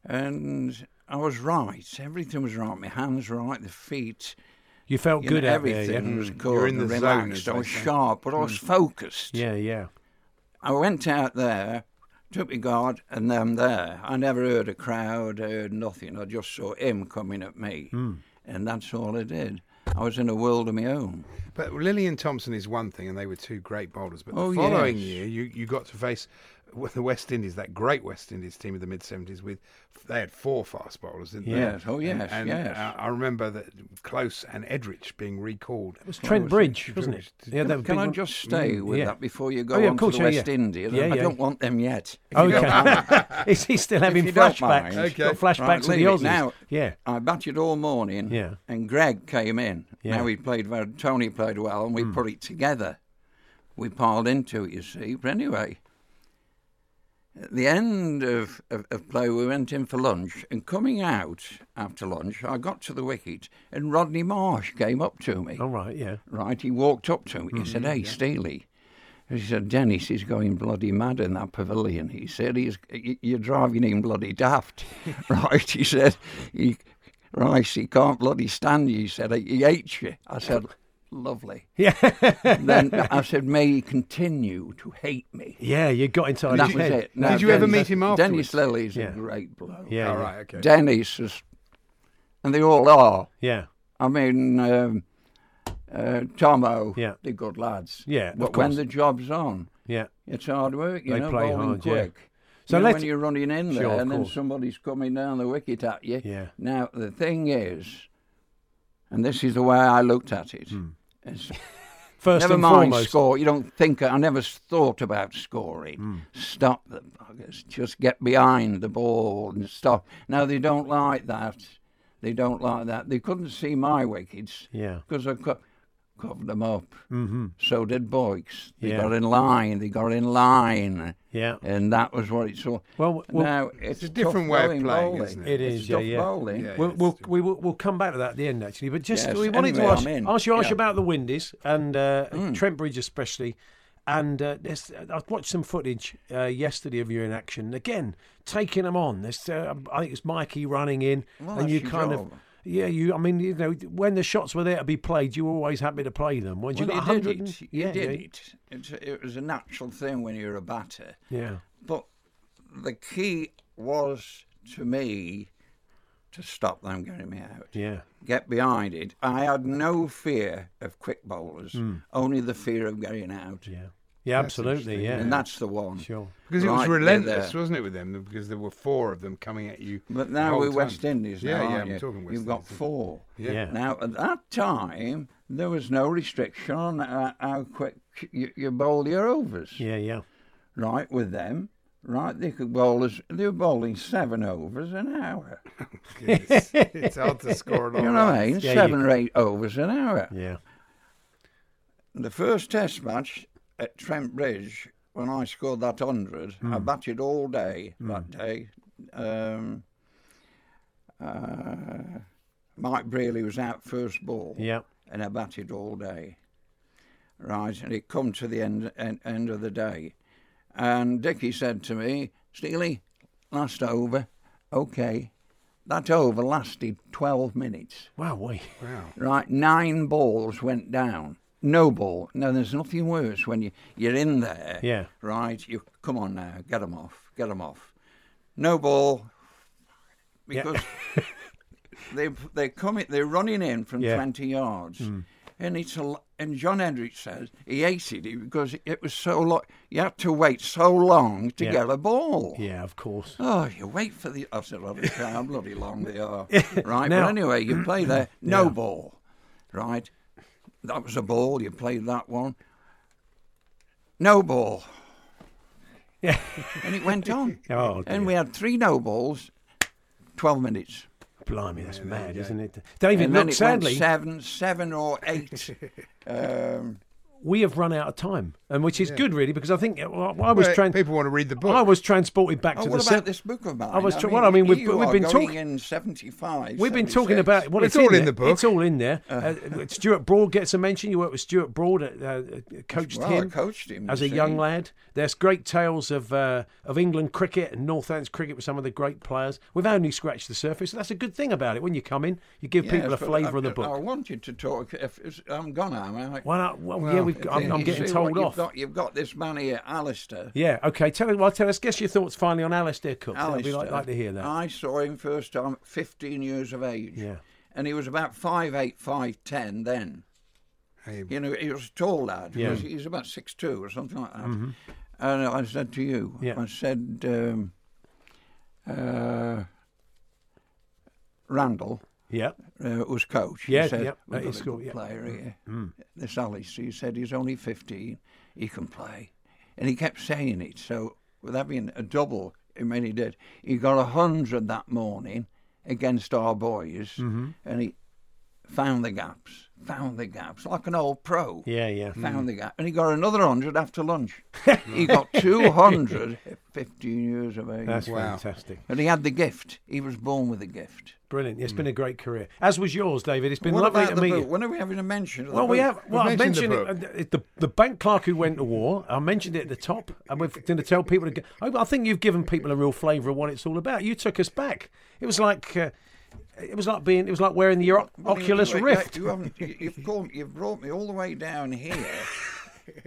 S6: And I was right. Everything was right. My hands were right. The feet.
S3: You felt good
S6: know,
S3: out there, yeah?
S6: everything was
S3: Mm.
S6: good.
S3: You were in
S6: and
S3: the zone,
S6: relaxed.
S3: as
S6: I
S3: they
S6: was
S3: say.
S6: sharp, but I was
S3: Mm.
S6: focused.
S3: Yeah, yeah.
S6: I went out there, took my guard, and them there. I never heard a crowd, I heard nothing. I just saw him coming at me,
S3: Hmm.
S2: Mm.
S6: and that's all I did. I was in a world of my own.
S2: But Lillian Thompson is one thing, and they were two great bowlers. But
S6: Oh,
S2: the following
S6: yes.
S2: year, you, you got to face the West Indies, that great West Indies team of the mid 70s, with they had four fast bowlers, didn't they?
S6: Yes, oh, yes,
S2: And, and,
S6: yes.
S2: uh, I remember that Close and Edrich being recalled. It
S3: was
S6: Oh,
S3: Trent Bridge, wasn't it? Yeah,
S6: can
S3: that
S6: can I
S3: big-
S6: just stay
S3: Mm,
S6: with
S3: yeah.
S6: that before you go
S3: Oh, yeah, of
S6: on
S3: course,
S6: to the
S3: yeah,
S6: West
S3: yeah.
S6: Indies?
S3: Yeah, Oh,
S6: I
S3: yeah.
S6: don't want them yet. if you
S3: Okay.
S6: don't mind.
S3: Is he still
S6: If
S3: having
S6: you don't
S3: flashbacks?
S6: mind.
S3: He's got flashbacks
S6: Right,
S3: of the
S6: leave it.
S3: Aussies.
S6: Now,
S3: Yeah.
S6: I batted all morning.
S3: Yeah.
S6: And Greg came in.
S3: Yeah. Hmm.
S6: Now he played well. Tony played well, and we put it together. We piled into it, you see. But anyway, at the end of, of, of play, we went in for lunch. And coming out after lunch, I got to the wicket, and Rodney Marsh came up to me.
S3: All right, yeah.
S6: Right, he walked up to me. He
S3: Mm-hmm,
S6: said, "Hey, Steely." He said, "Dennis is going bloody mad in that pavilion." He said, "He's y- you're driving him bloody daft." right, he said, "He, Rice, he can't bloody stand you." He said, "He hates you." I said, "Lovely."
S3: Yeah.
S6: then I said, "May he continue to hate me."
S3: Yeah, you got inside
S6: that
S3: his
S6: was
S3: head.
S6: it. No,
S3: Did you ever meet
S6: Dennis-
S3: him
S6: Dennis
S3: afterwards?
S6: Lilly is
S3: Yeah.
S6: a great bloke.
S3: Yeah,
S2: All
S3: yeah.
S2: right, okay.
S6: Dennis is, and they all are.
S3: Yeah.
S6: I mean, um, uh, Tomo,
S3: Yeah.
S6: they're good lads.
S3: Yeah, of
S6: but when
S3: course.
S6: the job's on,
S3: Yeah.
S6: it's hard work. You
S3: They
S6: know,
S3: play
S6: bowling
S3: hard, yeah.
S6: quick.
S3: So
S6: So you know,
S3: let's-
S6: when you're running in there
S3: Sure, of
S6: and then
S3: course.
S6: somebody's coming down the wicket at you.
S3: Yeah.
S6: Now the thing is, and this is the way I looked at it.
S3: Hmm.
S6: is
S3: First
S6: never
S3: and
S6: mind
S3: foremost.
S6: score. You don't think I never s- thought about scoring.
S3: Hmm.
S6: Stop the buggers. Just get behind the ball and stop. Now they don't like that. They don't like that. They couldn't see my wickets.
S3: Yeah.
S6: Because I co- covered them up.
S3: Mhm.
S6: So did Boyks. They
S3: Yeah.
S6: got in line. They got in line.
S3: Yeah.
S6: And that was what it's all.
S3: Well, well-
S6: now
S2: It's
S6: it's,
S2: a different way of
S6: tough
S2: playing,
S6: bowling.
S2: isn't
S3: It is,
S6: It's
S3: yeah,
S6: tough
S3: yeah.
S6: bowling.
S3: We'll, we'll, we will, we'll come back to that at the end, actually. But just
S6: Yes,
S3: we wanted
S6: anyway,
S3: to
S6: I'm in.
S3: ask, ask you, ask you
S6: Yeah. Mm.
S3: about the Windies and uh, Trent Bridge especially. And uh, there's, I watched some footage uh, yesterday of you in action again, taking them on. There's, uh, I think it's Mikey running in,
S6: Well,
S3: and you
S6: that's your
S3: kind of.
S6: job.
S3: Yeah, you. I mean, you know, when the shots were there to be played, you were always happy to play them. When you
S6: Well,
S3: got
S6: you did
S3: 100 and-
S6: it. You
S3: yeah,
S6: did
S3: yeah.
S6: it. It's, it was a natural thing when you're a batter.
S3: Yeah.
S6: But the key was to me to stop them getting me out.
S3: Yeah.
S6: Get behind it. I had no fear of quick bowlers,
S3: Mm.
S6: only the fear of getting out.
S3: Yeah. Yeah,
S2: That's
S3: absolutely.
S2: interesting,
S3: Yeah.
S6: And that's the one.
S3: Sure.
S2: Because it was
S6: Right, they're
S2: relentless,
S6: there.
S2: wasn't it, with them? Because there were four of them coming at you.
S6: But
S2: the
S6: now
S2: whole
S6: we're
S2: time.
S6: West Indies now.
S2: Yeah, yeah,
S6: aren't
S2: I'm
S6: you?
S2: talking West
S6: You've got
S2: Indies.
S6: four.
S2: Yeah.
S3: Yeah.
S6: Now, at that time, there was no restriction on uh, how quick you, you bowl your overs.
S3: Yeah, yeah.
S6: right, with them, right? They could bowl us. They were bowling seven overs an hour.
S2: Goodness. it's hard to score it all.
S6: You know what I mean?
S3: Yeah, you
S6: seven or
S3: could-
S6: eight overs an hour.
S3: Yeah.
S6: The first Test match at Trent Bridge, when I scored that hundred, I batted all day that day. Um, uh, Mike Brearley was out first ball.
S3: Yeah.
S6: and I batted all day. Right, and it come to the end, end end of the day, and Dickie said to me, "Steely, last over, okay." That over lasted twelve minutes.
S3: Wow. Wait.
S2: Wow.
S6: Right, nine balls went down. No ball. Now there's nothing worse when you you're in there.
S3: Yeah.
S6: Right, you come on now, get 'em off, get 'em off. No ball, because they they're coming, they're running in from
S1: Yeah.
S6: twenty yards,
S3: Hmm.
S1: Mm.
S6: and it's a, l- and John Hendricks says he hated it because it was so long. You had to wait so long to
S3: Yeah.
S6: get a ball.
S3: Yeah, of course.
S6: Oh, you wait for the. I said, oh, look how bloody long they are. Right,
S3: Now-
S6: but anyway, you play there. No
S3: Yeah.
S6: ball. Right, that was a ball. You played that one. No ball.
S3: Yeah.
S6: and it went on.
S3: Oh,
S6: and we had three no balls, twelve minutes.
S3: Blimey, that's mad, isn't it? Don't even
S6: and then
S3: look,
S6: it went
S3: sadly.
S6: seven, seven or eight. um,
S3: we have run out of time, and which is good, really, because I think uh, well, I was
S6: Well,
S3: tran-
S2: people want to read the book.
S3: I was transported back
S6: oh,
S3: to
S6: what
S3: the.
S6: about
S3: se-
S6: this book of mine?
S3: I was. Tra- well, I mean, we've,
S6: you
S3: we've
S6: are
S3: been
S6: going
S3: talking.
S6: in seventy-five.
S3: We've been talking
S6: 76.
S3: about well,
S2: It's all in
S3: there.
S2: the book.
S3: It's all in there. Uh, Stuart Broad gets a mention. You worked with Stuart Broad, uh, uh, coached
S6: Well, I
S3: him,
S6: coached him,
S3: as
S6: you
S3: a young
S6: see.
S3: lad. There's great tales of uh, of England cricket and North Ants cricket with some of the great players. We've only scratched the surface. That's a good thing about it. When you come in, you give
S6: Yes,
S3: people a
S6: but oh,
S3: flavour
S6: I've
S3: of the
S6: ju- I
S3: book.
S6: wanted to talk. If it's, I'm gone now. I,
S3: Why not? Well, yeah, we've got- I'm- I'm
S6: you
S3: getting
S6: see what
S3: told
S6: you've
S3: off.
S6: Got, you've got this man here, Alistair.
S3: Yeah. Okay. Tell us. Well, tell us. Guess your thoughts finally on Alistair Cook. That'd be
S6: Alistair. Uh,
S3: like, like to hear that.
S6: I saw him first time at 15 years of age.
S3: Yeah.
S6: And he was about 5'8", 5'10 then. You know, he was a tall lad.
S3: Yeah. Mm-hmm.
S6: He, was, he was about 6'2 or something like that. And I said to you,
S3: Yeah.
S6: I said, um, uh, Randall
S3: Yeah.
S6: uh, was coach.
S3: Yeah,
S6: he said,
S3: yeah,
S6: We've
S3: at
S6: got
S3: his
S6: a
S3: school,
S6: good
S3: yeah. Mm,
S6: player here. This Alice, he said, he's only 15, he can play. And he kept saying it. So, with that being a double, I mean, he did. He got a 100 that morning against our boys,
S3: Mm-hmm.
S6: and he found the gaps, found the gaps, like an old pro.
S3: Yeah. Mm. Yeah.
S6: Found the gap, and he got another 100 after lunch. he got 200 at 15 years of age.
S3: That's
S2: Wow.
S3: fantastic.
S6: and he had the gift. He was born with a gift.
S3: Brilliant. It's been a great career, as was yours, David. It's been
S6: Hmm. What
S3: lovely
S6: about
S3: to
S6: the
S3: meet
S6: book?
S3: you.
S6: When are we having a mention? Of the
S3: Well, we
S6: book?
S3: have. Well, I've
S2: mentioned
S3: mentioned
S2: the
S3: it, uh, the, the bank clerk who went to war. I mentioned it at the top, and we're going to tell people. To go, oh, I, I think you've given people a real flavour of what it's all about. You took us back. It was like, uh, it was like being, it was like wearing the oc-
S6: Well, you-
S3: Oculus
S6: you- you-
S3: Rift.
S6: You haven't, you- you've, called, you've brought me all the way down here,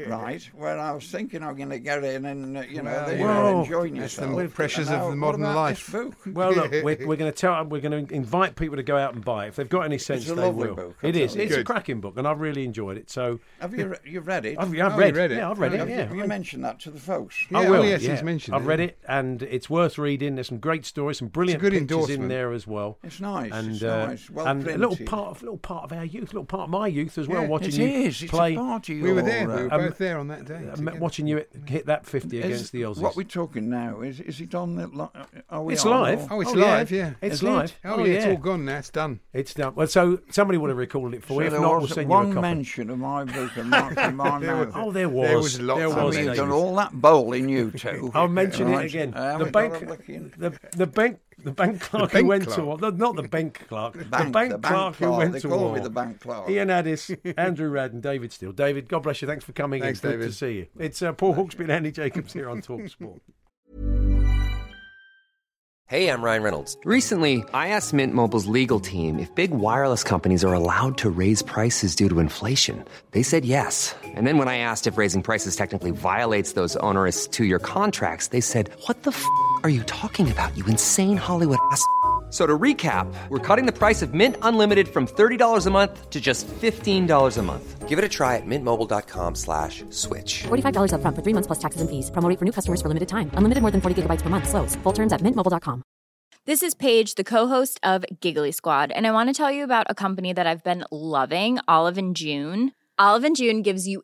S6: right, where I was thinking I'm going to get in and, uh, you know, there you are,
S3: Well,
S6: enjoying
S2: it's the
S6: yourself. And
S2: pressures of
S6: now,
S2: the
S6: what
S2: modern
S6: about this
S2: life.
S6: book?
S3: Well, look, we're, we're going to tell, we're going to invite people to go out and buy it. if they've got any sense.
S6: a
S3: they
S6: lovely
S3: will.
S6: book, I
S3: It is.
S6: tell you.
S3: It's a
S2: Good.
S3: cracking book, and I've really enjoyed it. So
S6: Have you, re- you've read it?
S3: I've, I've
S2: you
S3: read,
S2: read it.
S3: Yeah, I've read
S2: Oh,
S3: it.
S6: Have you-
S3: Yeah.
S6: have you mentioned that to the folks?
S2: Yeah,
S3: I will.
S2: oh, yes,
S3: yeah.
S2: he's mentioned
S3: I've
S2: it,
S3: read
S2: yeah.
S3: it, and it's worth reading. There's some great stories, some brilliant
S2: good
S3: pictures in
S2: endorsement.
S3: there as well.
S6: It's nice,
S3: and
S6: it's
S3: uh,
S6: nice, well
S3: and a little
S6: printed.
S3: part of little part of our youth, little part of my youth as well.
S2: Yeah.
S3: watching
S6: It
S3: you
S6: is. It's
S3: play,
S6: a part of your...
S2: We were there. We were
S6: uh,
S3: um,
S2: both there on that day.
S3: uh,
S2: together.
S3: watching you hit that fifty
S6: is-
S3: against the Aussies.
S6: What we're talking now, is is it on the... Li- are we
S3: it's
S6: on,
S3: live.
S6: or-
S2: Oh, it's live, yeah.
S3: It's,
S2: It's
S3: live.
S2: Oh, yeah, it's all gone now. It's done.
S3: It's done. Well, so somebody would have recorded it for
S6: So
S3: you. If
S6: there
S3: not, we'll
S6: was
S3: send you a
S6: one
S3: copy.
S6: mention of my book and my, and my mouth.
S3: Oh, there was.
S2: There was lots
S3: There
S2: of
S3: was,
S6: I mean,
S2: mentions.
S6: you've
S3: David.
S6: done all that bowling, you two.
S3: I'll mention
S6: Right.
S3: it again.
S6: I
S3: the
S6: haven't got
S3: bank,
S6: a look in.
S3: the, the bank, the bank clerk
S2: bank
S3: who went to
S2: clerk.
S3: war. no, Not the bank clerk. The
S6: bank-
S3: bank,
S6: the bank
S3: clerk who
S6: clerk.
S3: went
S6: They
S3: to
S6: call
S3: war.
S6: me the bank clerk.
S3: Ian Addis, Andrew Radden, David Steele. David, God bless you. Thanks for coming
S2: Thanks,
S3: in. Good
S2: David.
S3: to see you. It's uh, Paul Hawksby and Andy Jacobs here on Talk Sport.
S7: Hey, I'm Ryan Reynolds. Recently, I asked Mint Mobile's legal team if big wireless companies are allowed to raise prices due to inflation. They said yes. And then when I asked if raising prices technically violates those onerous two year contracts, they said, What the f are you talking about, you insane Hollywood ass? f- a-" So to recap, we're cutting the price of Mint Unlimited from $30 a month to just $15 a month. Give it a try at mintmobile.com slash switch.
S8: $45 upfront for three months plus taxes and fees. Promo rate for new customers for limited time. Unlimited more than 40 gigabytes per month. Slows. Full terms at mintmobile.com.
S9: This is Paige, the co-host of Giggly Squad, and I want to tell you about a company that I've been loving, Olive and June. Olive and June gives you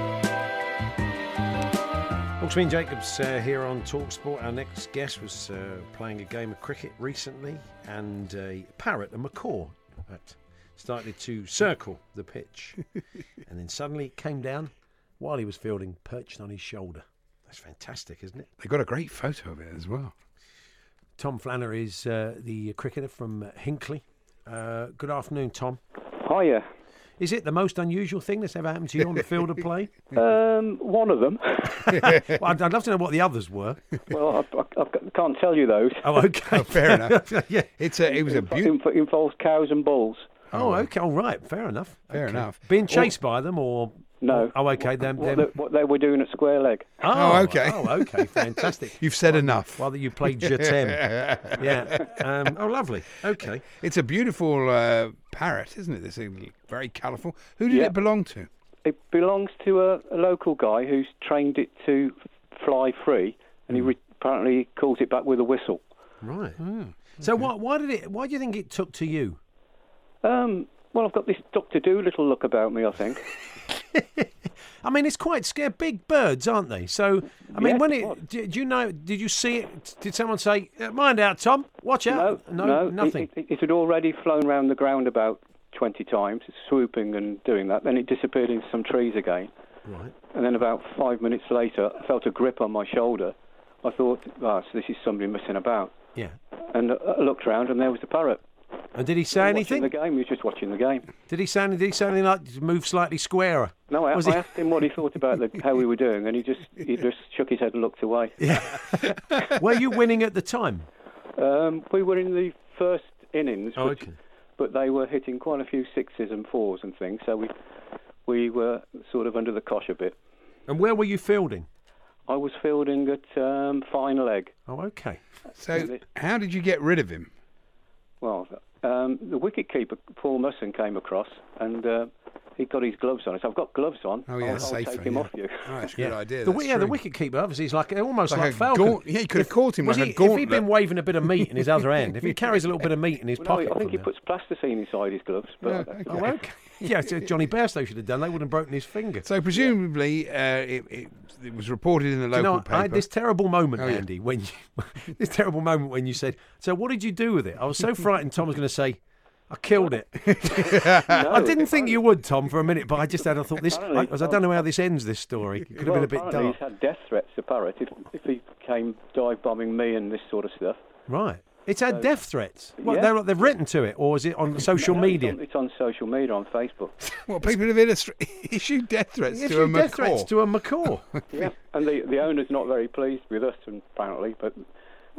S3: Hawksby and Jacobs uh, here on Talksport. Our next guest was uh, playing a game of cricket recently, and a parrot, a macaw, had started to circle the pitch, and then suddenly it came down while he was fielding, perched on his shoulder. That's fantastic, isn't it?
S2: They got a great photo of it as well.
S3: Tom Flannery is uh, the cricketer from Hinckley. Uh, good afternoon, Tom.
S5: Hiya.
S3: Is it the most unusual thing that's ever happened to you on the field of play?
S5: Um, one of them.
S3: well, I'd, I'd love to know what the others were.
S5: Well, I, I, I can't tell you those.
S3: Oh, okay.
S2: fair enough.
S3: yeah,
S2: it's a, it was a beautiful.
S5: It involves cows and bulls.
S3: Oh, okay. All right. Fair enough.
S2: Fair
S3: Okay.
S2: enough.
S3: Being chased by them or.
S5: No.
S3: Oh, okay. Them,
S5: What,
S3: them.
S5: they, what they were doing at Square Leg.
S3: Oh,
S2: okay.
S3: Oh, okay. Fantastic.
S2: You've said enough.
S3: While you played your 10. yeah. Um, oh, lovely. Okay.
S2: It's a beautiful uh, parrot, isn't it? This thing, very colourful. Who did
S5: Yeah.
S2: it belong to?
S5: It belongs to a, a local guy who's trained it to fly free, and he re- apparently calls it back with a whistle.
S3: Right. So, why, why did it? Why do you think it took to you?
S5: Um, well, I've got this Doctor Doolittle look about me, I think.
S3: I mean, it's quite scary. Big birds, aren't they? So, I mean,
S5: Yes,
S3: when
S5: it
S3: it,
S5: was.
S3: did you know? Did you see it? Did someone say, "Uh, "Mind out, Tom! Watch out!"
S5: no, it-
S3: nothing.
S5: It, it had already flown round the ground about 20 times, swooping and doing that. Then it disappeared into some trees again.
S3: Right.
S5: And then about five minutes later, I felt a grip on my shoulder. I thought, ah, so this is somebody messing about.
S3: Yeah.
S5: And I I looked round, and there was the parrot.
S3: And did he say
S5: Watching the
S3: anything?
S5: game, he was just watching the game.
S3: Did he say? Did he say anything like move slightly squarer?
S5: No, I,
S3: Was
S5: I
S3: he-
S5: asked him what he thought about the, how we were doing, and he just he just shook his head and looked away.
S3: Were you winning at the time?
S5: Um, we were in the first innings,
S3: Oh,
S5: which-
S3: okay.
S5: but they were hitting quite a few sixes and fours and things, so we we were sort of under the cosh a bit.
S3: And where were you fielding?
S5: I was fielding at um, fine leg.
S3: Oh, okay.
S2: So, how did you get rid of him?
S5: Well, um, the wicket keeper Paul Musson came across, and uh, he got his gloves on. So I've got gloves on.
S2: Oh, yeah,
S5: I'll, I'll
S2: safer,
S5: take him
S2: yeah.
S5: off you.
S2: Oh, that's a good idea.
S3: The,
S2: that's
S3: wi- yeah, the
S2: true.
S3: wicket keeper obviously is like almost
S2: Like
S3: like,
S2: a
S3: Falcon.
S2: gaunt- yeah, you could have caught him
S3: was
S2: like a
S3: he, If he'd been
S2: gauntlet.
S3: waving a bit of meat in his other hand, if he carries a little bit of meat in his
S5: Well, no,
S3: pocket,
S5: I think he
S3: from
S5: puts plasticine inside his gloves, but
S2: Yeah,
S3: there. Oh, okay. yeah, so Johnny Bairstow should have done. They would have broken his finger.
S2: So presumably, uh, it, it, it was reported in the
S3: Do you
S2: local
S3: know,
S2: paper.
S3: I had this terrible moment,
S2: Oh, yeah.
S3: Andy, when you, this terrible moment when you said, "So what did you do with it?" I was so frightened. Tom was going to say, "I killed it." I didn't think you would, Tom, for a minute, but I just had. I thought this. I, I
S5: Apparently,
S3: was- I don't know how this ends. This story it could have
S5: Well,
S3: been a bit
S5: apparently
S3: dark,
S5: He's had death threats to Parrot if, if he came dive bombing me and this sort of stuff.
S3: right? It's had death threats. What
S5: Yeah.
S3: they're, they've written to it, or is it on social
S5: No,
S3: media?
S5: It's on, it's on social media, on Facebook.
S2: Well, people have illustra- issued death threats
S3: If
S2: to a
S3: you death
S2: macaw.
S3: threats to a macaw. well,
S5: yeah. And the, the owner's not very pleased with us, and apparently, but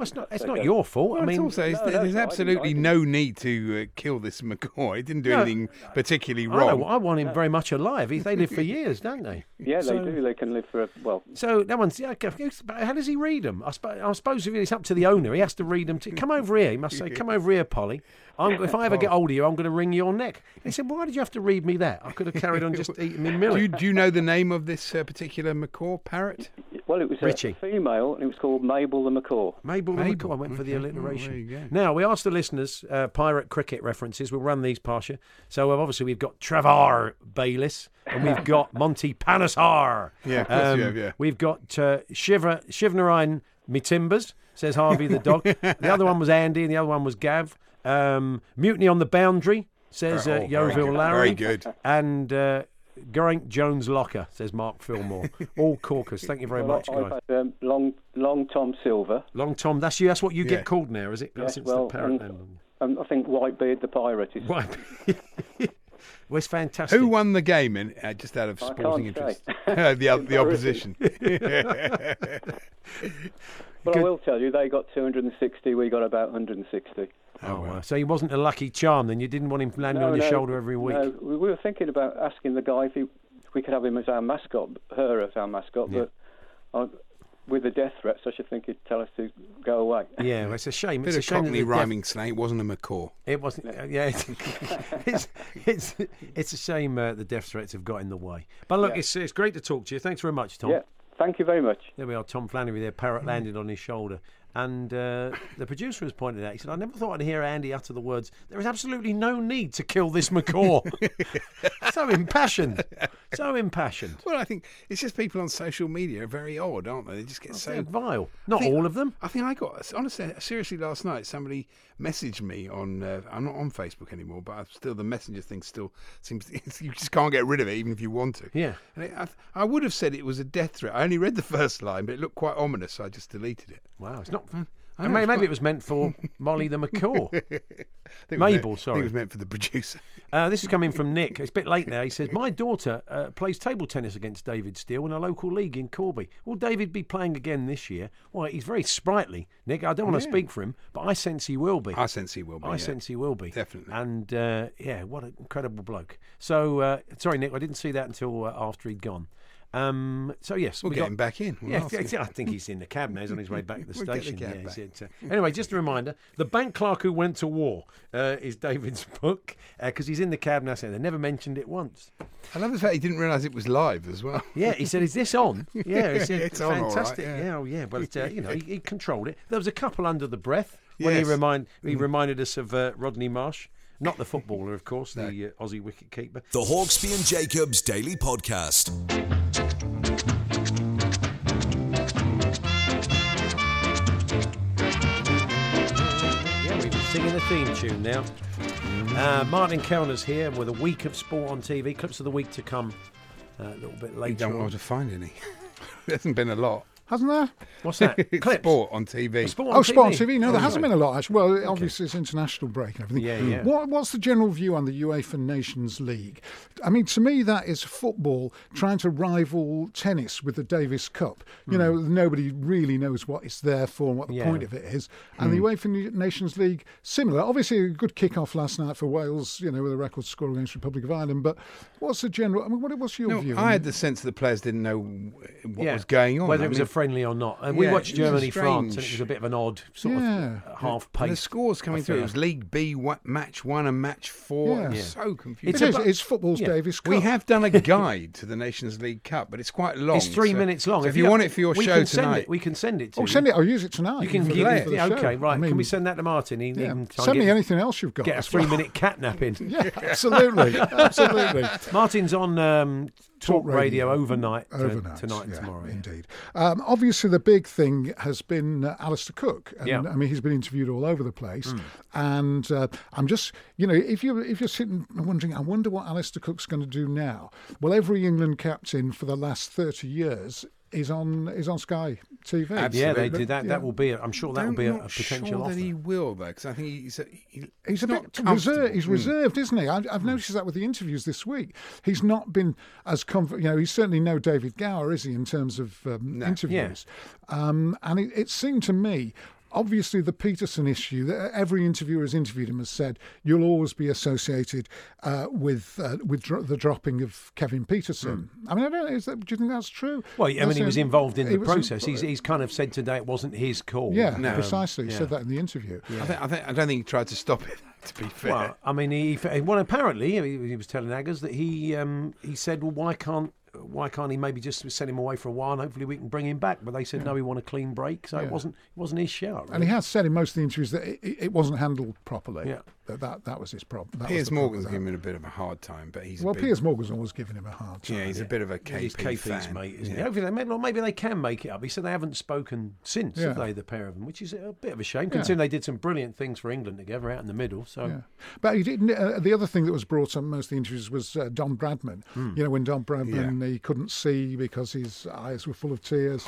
S3: it's not. It's
S5: Okay.
S3: not your fault.
S2: Well,
S3: I
S2: it's
S3: mean,
S2: also, it's-
S5: No, no,
S2: there's
S5: I- I
S2: absolutely
S5: didn't-
S2: no need to uh, kill this macaw. It didn't do
S3: No.
S2: anything particularly
S3: I, know,
S2: wrong.
S3: I want him very much alive. He- They live for years, don't they?
S5: yeah,
S3: So-
S5: they do. They can live for a, well,
S3: So no one's. yeah, okay, but How does he read them? I, sp- I suppose if it's up to the owner, he has to read them. To, come over here, he must say. Come over here, Polly. I'm, if I ever get older, you, I'm going to wring your neck. He said, "Why did you have to read me that? I could have carried on just eating me milk."
S2: do, you, do you know the name of this uh, particular macaw parrot?
S5: well, it was
S3: Richie.
S5: a female, and it was called Mabel the Macaw.
S3: Mabel, the
S2: Mabel,
S3: Macaw. I went for the
S2: okay. Oh,
S3: alliteration.
S2: there you go.
S3: Now we asked the listeners uh, pirate cricket references. We'll run these past you. So uh, obviously we've got Travar Bayliss and we've got Monty Panesar.
S2: Yeah, of course you have, yeah.
S3: We've got uh, Shiver Shivnarine Mitimbers says Harvey the dog. the other one was Andy, and the other one was Gav. Um, Mutiny on the boundary says
S2: Oh,
S3: uh,
S2: very
S3: Yeovil
S2: good, very
S3: Larry.
S2: good.
S3: And. Uh, Geraint Jones Locker says Mark Fillmore. All caucus. Thank you very
S5: Well,
S3: much,
S5: I-
S3: guys.
S5: I've had um, long, long Tom Silver.
S3: Long Tom, that's you. That's what you
S2: Yeah.
S3: get called now, is it?
S5: Yes,
S3: Since
S5: well,
S3: the parrot
S5: and-
S3: name.
S5: And I think Whitebeard the Pirate is.
S3: Why? well, it's fantastic.
S2: Who won the game? In, uh, just out of
S5: I can't
S2: sporting
S5: say.
S2: interest, Uh, the oth- the opposition.
S5: But
S3: Good.
S5: I will tell you, they got 260, we got about 160.
S3: Oh, wow. So he wasn't a lucky charm then. You didn't want him landing on your shoulder every week.
S5: No, we we were thinking about asking the guy if, he, if we could have him as our mascot, her as our mascot, but uh, with the death threats, I should think he'd tell us to go away.
S3: Yeah, well, it's a shame.
S2: Bit
S3: it's a
S2: of
S3: shame that
S2: Cockney
S3: the death-
S2: rhyming slang. It wasn't a macaw.
S3: It wasn't. uh, yeah, it's, it's it's it's a shame uh, the death threats have got in the way. But look,
S5: Yeah.
S3: it's it's great to talk to you. Thanks very much, Tom.
S5: yeah, thank you very much.
S2: Hmm.
S3: There we are, Tom Flannery. There, parrot landed on his shoulder. And uh, the producer has pointed out, he said, I never thought I'd hear Andy utter the words, there is absolutely no need to kill this macaw. so impassioned. So impassioned.
S2: Well, I think it's just people on social media are very odd, aren't they? They just get so
S3: they're vile. Not all of them.
S2: I think I got honestly, seriously, last night somebody messaged me on. Uh, I'm not on Facebook anymore, but i still the messenger thing still seems you just can't get rid of it, even if you want to.
S3: Yeah.
S2: And it, I, I would have said it was a death threat. I only read the first line, but it looked quite ominous, so I just deleted it.
S3: Wow, it's not.
S2: I
S3: and
S2: know,
S3: may-
S2: it's
S3: maybe
S2: not-
S3: it was meant for Molly the macaw.
S2: meant-
S3: Mabel,
S2: I think it
S3: sorry.
S2: was meant for the producer.
S3: Uh, this is coming from Nick. It's a bit late now. He says, My daughter uh, plays table tennis against David Steele in a local league in Corby. Will David be playing again this year? Why, he's very sprightly, Nick. I don't want to
S2: Yeah.
S3: speak for him, but I sense he will be.
S2: I sense he will be.
S3: I
S2: yeah.
S3: sense he will be. Definitely. And uh, yeah, what an incredible bloke. So, uh, sorry, Nick, I didn't see that until uh, after he'd gone. Um, so, yes.
S2: We'll
S3: we
S2: get
S3: got-
S2: him back in. We'll
S3: yeah,
S2: ask him.
S3: I think he's in the cab now. He's on his way back to the
S2: We'll get the
S3: station.
S2: cab
S3: yeah, he's
S2: back.
S3: in, uh, anyway, just a reminder The Bank Clerk Who Went to War uh, is David's book because he's in the cab now saying they never mentioned it once.
S2: I love the fact he didn't realise it was live as well.
S3: Yeah, he said, "Is this on?" Yeah, it's,
S2: It's on, all right,
S3: fantastic.
S2: yeah.
S3: yeah, oh, yeah. But uh, you know, he, he controlled it. There was a couple under the breath when
S2: Yes.
S3: he remind
S10: Mm.
S3: he reminded us of uh, Rodney Marsh, not the footballer, of course, the uh, Aussie wicketkeeper.
S4: The Hawksby and Jacobs Daily Podcast.
S3: Yeah, we've been singing the theme tune now. Uh, Martin Kellner's here with a week of sport on TV. Clips of the week to come uh, a little bit later.
S2: You don't
S3: on.
S2: know to find any. there hasn't been a lot, hasn't there?
S3: What's that? Clips?
S2: Sport on TV.
S3: Sport
S10: Oh, sport on TV. No,
S2: Oh,
S10: there hasn't
S2: right.
S10: been a lot. Actually. Well, obviously it's international break and everything.
S2: Yeah, yeah.
S10: What, what's the general view on the UEFA Nations League? I mean, to me, that is football trying to rival tennis with the Davis Cup.
S3: Hmm.
S10: You know, nobody really knows what it's there for and what the
S11: Yeah.
S10: point of it is. And the UEFA Na- Nations League, similar. Obviously, a good kick-off last night for Wales. You know, with a record score against Republic of Ireland. But what's the general? I mean, what, what's your
S2: No,
S10: view?
S2: I had the sense that the players didn't know wh- what
S3: Yeah,
S2: was going on.
S3: whether
S2: I
S3: it was
S2: mean-
S3: a friendly or not. And we
S2: Yeah,
S3: watched
S2: it was
S3: Germany, France, and it
S2: strange.
S3: was a bit of an odd sort
S2: Yeah.
S3: of half
S2: And
S3: pace.
S2: the scores coming through. It was League B, wa- match one and match four.
S10: Yeah.
S2: It was
S10: Yeah.
S2: So confusing.
S10: It's It is, about- it's football's Davis
S2: We
S10: Cup.
S2: have done a guide to the Nations League Cup, but it's quite long.
S3: It's three
S2: so-
S3: minutes long.
S2: so if you want it for your
S3: we
S2: show
S3: can send
S2: tonight,
S3: it, we can send it to
S10: Oh,
S3: you.
S10: send it. I'll use it tonight.
S3: You can
S10: for
S3: give
S10: the-
S3: it.
S10: for the
S3: yeah,
S10: show.
S3: okay, right.
S10: I mean,
S3: can we send that to Martin? He, he
S10: yeah.
S3: can try and
S10: Send me
S3: get-
S10: anything else you've got
S3: Get a
S10: as well.
S3: three-minute catnap in.
S10: Yeah, absolutely, absolutely.
S3: Martin's on um, Talk,
S10: Talk
S3: radio,
S10: radio.
S3: overnight, to-
S10: Overnight,
S3: tonight and
S10: yeah,
S3: tomorrow.
S10: Indeed. Um, obviously, the big thing has been uh, Alistair Cook. And,
S3: Yeah.
S10: I mean, he's been interviewed all over the place,
S2: Hmm.
S3: Mm.
S10: and uh, I'm just, you know, if you if you're sitting and wondering, I wonder what Alistair Cook's going to do now. Well, every England captain for the last thirty years is on is on Sky TV.
S3: Yeah, they
S10: But-
S3: did that.
S10: yeah.
S3: That will be. A, I'm sure that will
S2: I'm
S3: be a,
S2: not
S3: a potential
S2: sure
S3: offer.
S2: that he will though, because I think he's a, he,
S10: He's a
S2: not
S10: bit reserved. He's
S2: comfortable. Mm.
S10: reserved, isn't he? I've, I've noticed that with the interviews this week. He's not been as confident. You know, he's certainly no David Gower, is he, in terms of um, interviews? Um, and it, it seemed to me. Obviously, the Peterson issue, that every interviewer who's interviewed him has said, you'll always be associated uh, with uh, with dro- the dropping of Kevin Peterson. I mean, I don't know, is that, do you think that's true?
S3: Well, I mean,
S10: That's
S3: he
S10: a-
S3: was involved in
S10: he
S3: the
S10: was
S3: process.
S10: invo-
S3: he's, he's kind of said today it wasn't his call.
S10: yeah,
S3: Um,
S10: precisely. He
S3: yeah.
S10: said that in the interview.
S2: I, think, I, think, I don't think he tried to stop it. To be fair,
S3: Well, I mean, he well apparently he he was telling Aggers that he um, he said, well, why can't why can't he maybe just send him away for a while and hopefully we can bring him back? But they said
S10: Yeah.
S3: no, he won a clean break, so
S10: Yeah.
S3: it wasn't it wasn't his shout.
S10: And he has said in most of the interviews that it, it it wasn't handled properly.
S3: Yeah.
S10: That, that that was his problem. That was
S2: Piers
S10: the problem
S2: Morgan's
S10: with that.
S2: giving him a bit of a hard time, but he's
S10: Well,
S2: a big,
S10: Piers Morgan's always giving him a hard time.
S2: Yeah, he's a bit of a
S3: Yeah,
S2: KP
S3: he's KP's
S2: fan.
S3: mate, isn't he?
S2: Yeah.
S3: Hopefully they may, well, maybe they can make it up. He said they haven't spoken since, have
S10: Yeah.
S3: they, the pair of them, which is a bit of a shame,
S10: Yeah.
S3: considering they did some brilliant things for England together out in the middle. So,
S10: Yeah. But he didn't. Uh, the other thing that was brought up in most of the interviews was uh, Don Bradman.
S3: Hmm.
S10: You know, when Don Bradman he couldn't see because his eyes were full of tears.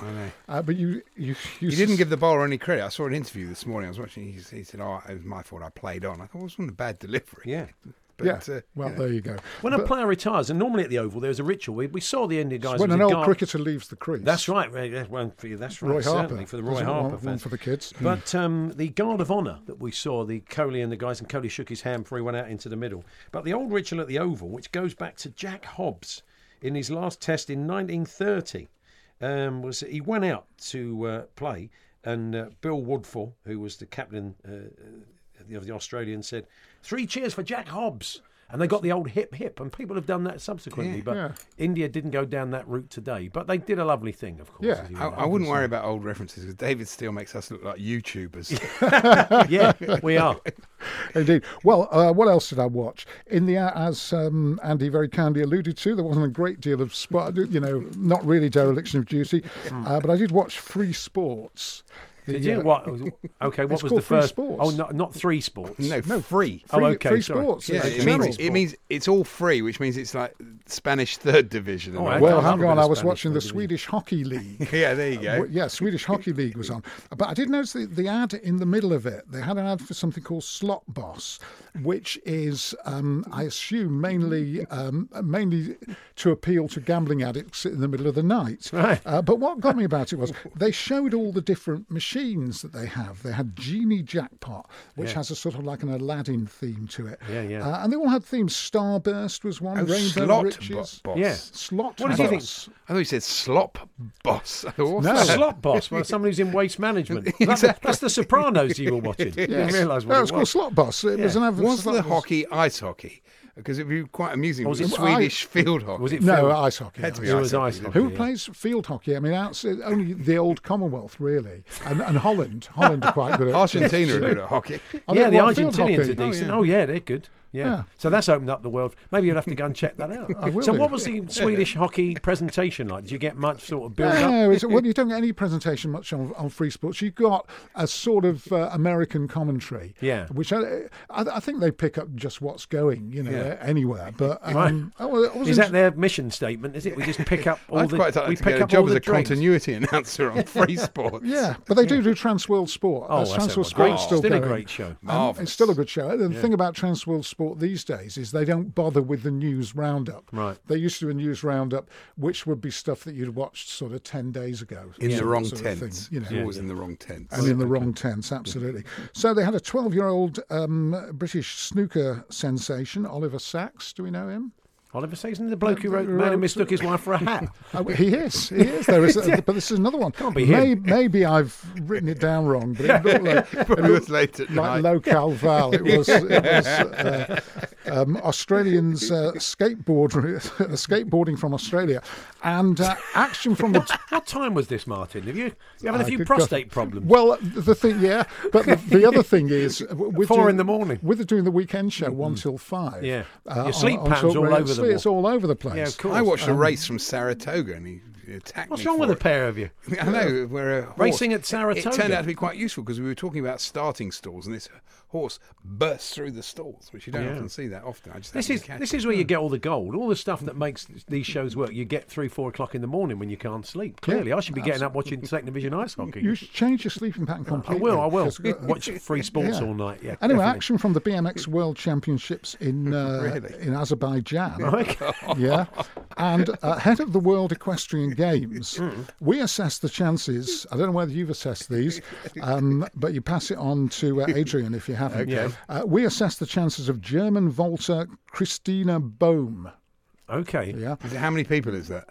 S10: Uh, but you, you, you
S2: He didn't give the bowler any credit. I saw an interview this morning. I was watching. He, he said, "Oh, it was my fault. I played on." I thought it wasn't a bad delivery.
S3: Yeah,
S2: but
S10: yeah.
S2: uh,
S10: well,
S2: know.
S10: there you go.
S3: When a player retires, and normally at the Oval there's a ritual. We, we saw the Indian guys.
S10: when
S3: with
S10: an
S3: the
S10: old
S3: gar-
S10: cricketer leaves the crease,
S3: That's right. right, yeah, One for you. That's right.
S10: Roy Harper.
S3: certainly for the Roy
S10: There's one-
S3: Harper
S10: one
S3: fans.
S10: for the kids. Hmm.
S3: But um, the guard of honour that we saw, the Coley and the guys, and Coley shook his hand before he went out into the middle. But the old ritual at the Oval, which goes back to Jack Hobbs in his last Test in 1930, um, was he went out to uh, play, and uh, Bill Woodfall, who was the captain uh, uh, of the Australians, said, Three cheers for Jack Hobbs. And they got the old hip hip, and people have done that subsequently.
S2: Yeah.
S3: But
S2: Yeah.
S3: India didn't go down that route today. But they did a lovely thing, of course. as you
S2: I,
S3: know,
S2: I wouldn't worry
S3: obviously.
S2: about old references because David Steele makes us look like YouTubers.
S3: yeah, we are.
S10: Indeed. Well, uh, what else did I watch? In the as um, Andy very kindly alluded to, there wasn't a great deal of sport. You know, not really dereliction of duty, uh, but I did watch Free Sports. The,
S3: Did you?
S10: uh,
S3: What? Okay, what
S10: it's
S3: was
S10: called
S3: the
S10: Free
S3: first?
S10: Sports.
S3: Oh, not, not three sports.
S2: No, free.
S3: Oh, okay.
S10: free
S3: sorry.
S10: sports,
S2: Yeah,
S10: it's
S2: it
S10: a
S2: means,
S10: channel.
S2: it means it's all free, which means it's like Spanish third division. and all
S10: well,
S2: that.
S10: hang on. I was watching the Swedish Hockey League.
S2: Yeah, there you go.
S10: w- yeah, Swedish Hockey League was on. But I did notice the, the ad in the middle of it. They had an ad for something called Slot Boss, which is, um, I assume, mainly um, mainly to appeal to gambling addicts in the middle of the night.
S3: Right.
S10: Uh, but what got me about it was they showed all the different machines that they have. They had Genie Jackpot, which
S3: Yeah.
S10: has a sort of like an Aladdin theme to it.
S3: Yeah, yeah.
S10: Uh, and they all had themes. Starburst was one.
S2: Oh,
S10: Rainbow
S2: slot
S10: Riches.
S2: bo- boss.
S3: Yeah.
S10: Slot
S3: What did you think?
S10: boss.
S2: I thought you said slop boss.
S3: No, slot boss, well, someone who's in waste management. That- That's the Sopranos you were watching. You
S2: Yes.
S3: didn't realise what
S10: No,
S3: it
S10: it's called
S3: was.
S10: Slot Boss. It was an advert for
S2: Was
S10: slot
S2: the
S10: boss.
S2: hockey ice hockey? Because it'd be quite amusing.
S10: Or
S2: Was
S10: was
S2: it
S10: Oh, it
S2: Swedish
S10: I-
S2: field hockey?
S3: Was it
S10: no
S3: field?
S10: ice hockey?
S2: Had to be
S10: It
S2: ice
S10: was
S2: hockey, didn't
S10: Who
S2: it?
S10: plays field hockey? I mean, outs- only the old Commonwealth really, and, and Holland. Holland are quite good at
S2: Argentina are good at hockey.
S10: I
S3: yeah,
S10: mean,
S3: the
S10: what, field
S3: Argentinians are
S10: hockey?
S3: decent. Oh yeah. they're good. Yeah.
S10: Yeah.
S3: So that's opened up the world. Maybe you'll have to go and check that out.
S10: I will
S3: so
S10: do.
S3: what was the Swedish hockey presentation like? Did you get much sort of build up?
S10: No, it's, well, you don't get any presentation much on, on free sports. You've got a sort of uh, American commentary,
S3: Yeah.
S10: which I, I, I think they pick up just what's going, you know,
S3: Yeah.
S10: anywhere. But um, I was- I was
S3: Is
S10: inter-
S3: that their mission statement? Is it we just pick up all
S2: I'd
S3: the
S2: quite like
S3: we
S2: to
S3: pick
S2: get a
S3: up
S2: job
S3: all
S2: as
S3: the
S2: a
S3: dregs?
S2: continuity announcer on Free Sports.
S10: Yeah, but they do do Transworld Sport.
S3: Oh,
S10: That's
S3: that sounds
S10: Transworld Sport
S3: great.
S10: is still,
S3: Still a
S10: going.
S3: great show.
S10: Um,
S3: Marvellous.
S10: it's still a good show. And the
S3: Yeah.
S10: thing about Transworld Sport these days is they don't bother with the news roundup.
S3: Right.
S10: They used to do a news roundup, which would be stuff that you'd watched sort of 10 days ago.
S2: In the
S10: sort
S2: wrong
S10: of thing,
S2: tense.
S10: you know.
S2: It's always in the wrong tense.
S10: And in the wrong tense, absolutely. So they had a 12 year old um, British snooker sensation, Oliver Sacks. Do we know him?
S3: Oliver Saxon, the bloke who wrote
S10: Who
S3: Man who
S10: wrote-
S3: mistook his wife for a hat.
S10: Oh, he is. He is. There is.
S3: Yeah.
S10: But this is another one. Can't
S3: be him.
S10: Maybe I've written it down wrong, but it looked like, it
S2: Probably was
S10: looked
S2: late at
S10: like
S2: night.
S10: locale Val. It was, it was uh, um, Australians uh, skateboard, uh, skateboarding from Australia, and uh, action from the.
S3: What time was this, Martin? Have you you having
S10: I
S3: a few
S10: could go-
S3: prostate problems?
S10: Well, the thing, yeah, but the, the other thing is, w- we're
S3: Four
S10: doing,
S3: in the morning. Mm-hmm.
S10: We're doing the weekend show one till five.
S3: Yeah. Your
S10: uh, on-
S3: sleep
S10: on
S3: pattern's
S10: Talk
S3: all
S10: Radio.
S3: over the
S10: It's- It's
S3: wall.
S10: all over the place.
S3: Yeah, of course.
S2: I watched a
S10: Um,
S2: race from Saratoga and he he attacked
S3: What's
S2: me
S3: wrong
S2: for
S3: with the
S2: it.
S3: pair of you?
S2: I know we're a horse.
S3: Racing at
S2: It- It turned
S3: Saratoga.
S2: out to be quite useful because we were talking about starting stalls, and this horse burst through the stalls, which you don't
S3: Yeah.
S2: often see that often. I just
S3: This
S2: happened
S3: is
S2: to catch
S3: this
S2: it.
S3: is where you get all the gold, all the stuff that makes these shows work. You get three, four o'clock in the morning when you can't sleep. Clearly, I should be getting up watching second division ice hockey.
S10: You should change your sleeping pattern
S3: I
S10: completely.
S3: will. I will
S10: 'Cause, uh,
S3: watch free sports all night. Yeah.
S10: Anyway,
S3: definitely.
S10: action from the BMX World Championships in uh,
S3: Really?
S10: in Azerbaijan.
S3: Right.
S10: yeah, and uh, head of the World Equestrian Games, we assess the chances. I don't know whether you've assessed these, um, but you pass it on to uh, Adrian if you haven't.
S3: Okay.
S10: Uh, we assess the chances of German vaulter uh, Christina Bohm.
S3: Okay.
S10: Yeah.
S2: Is it- how many people is that?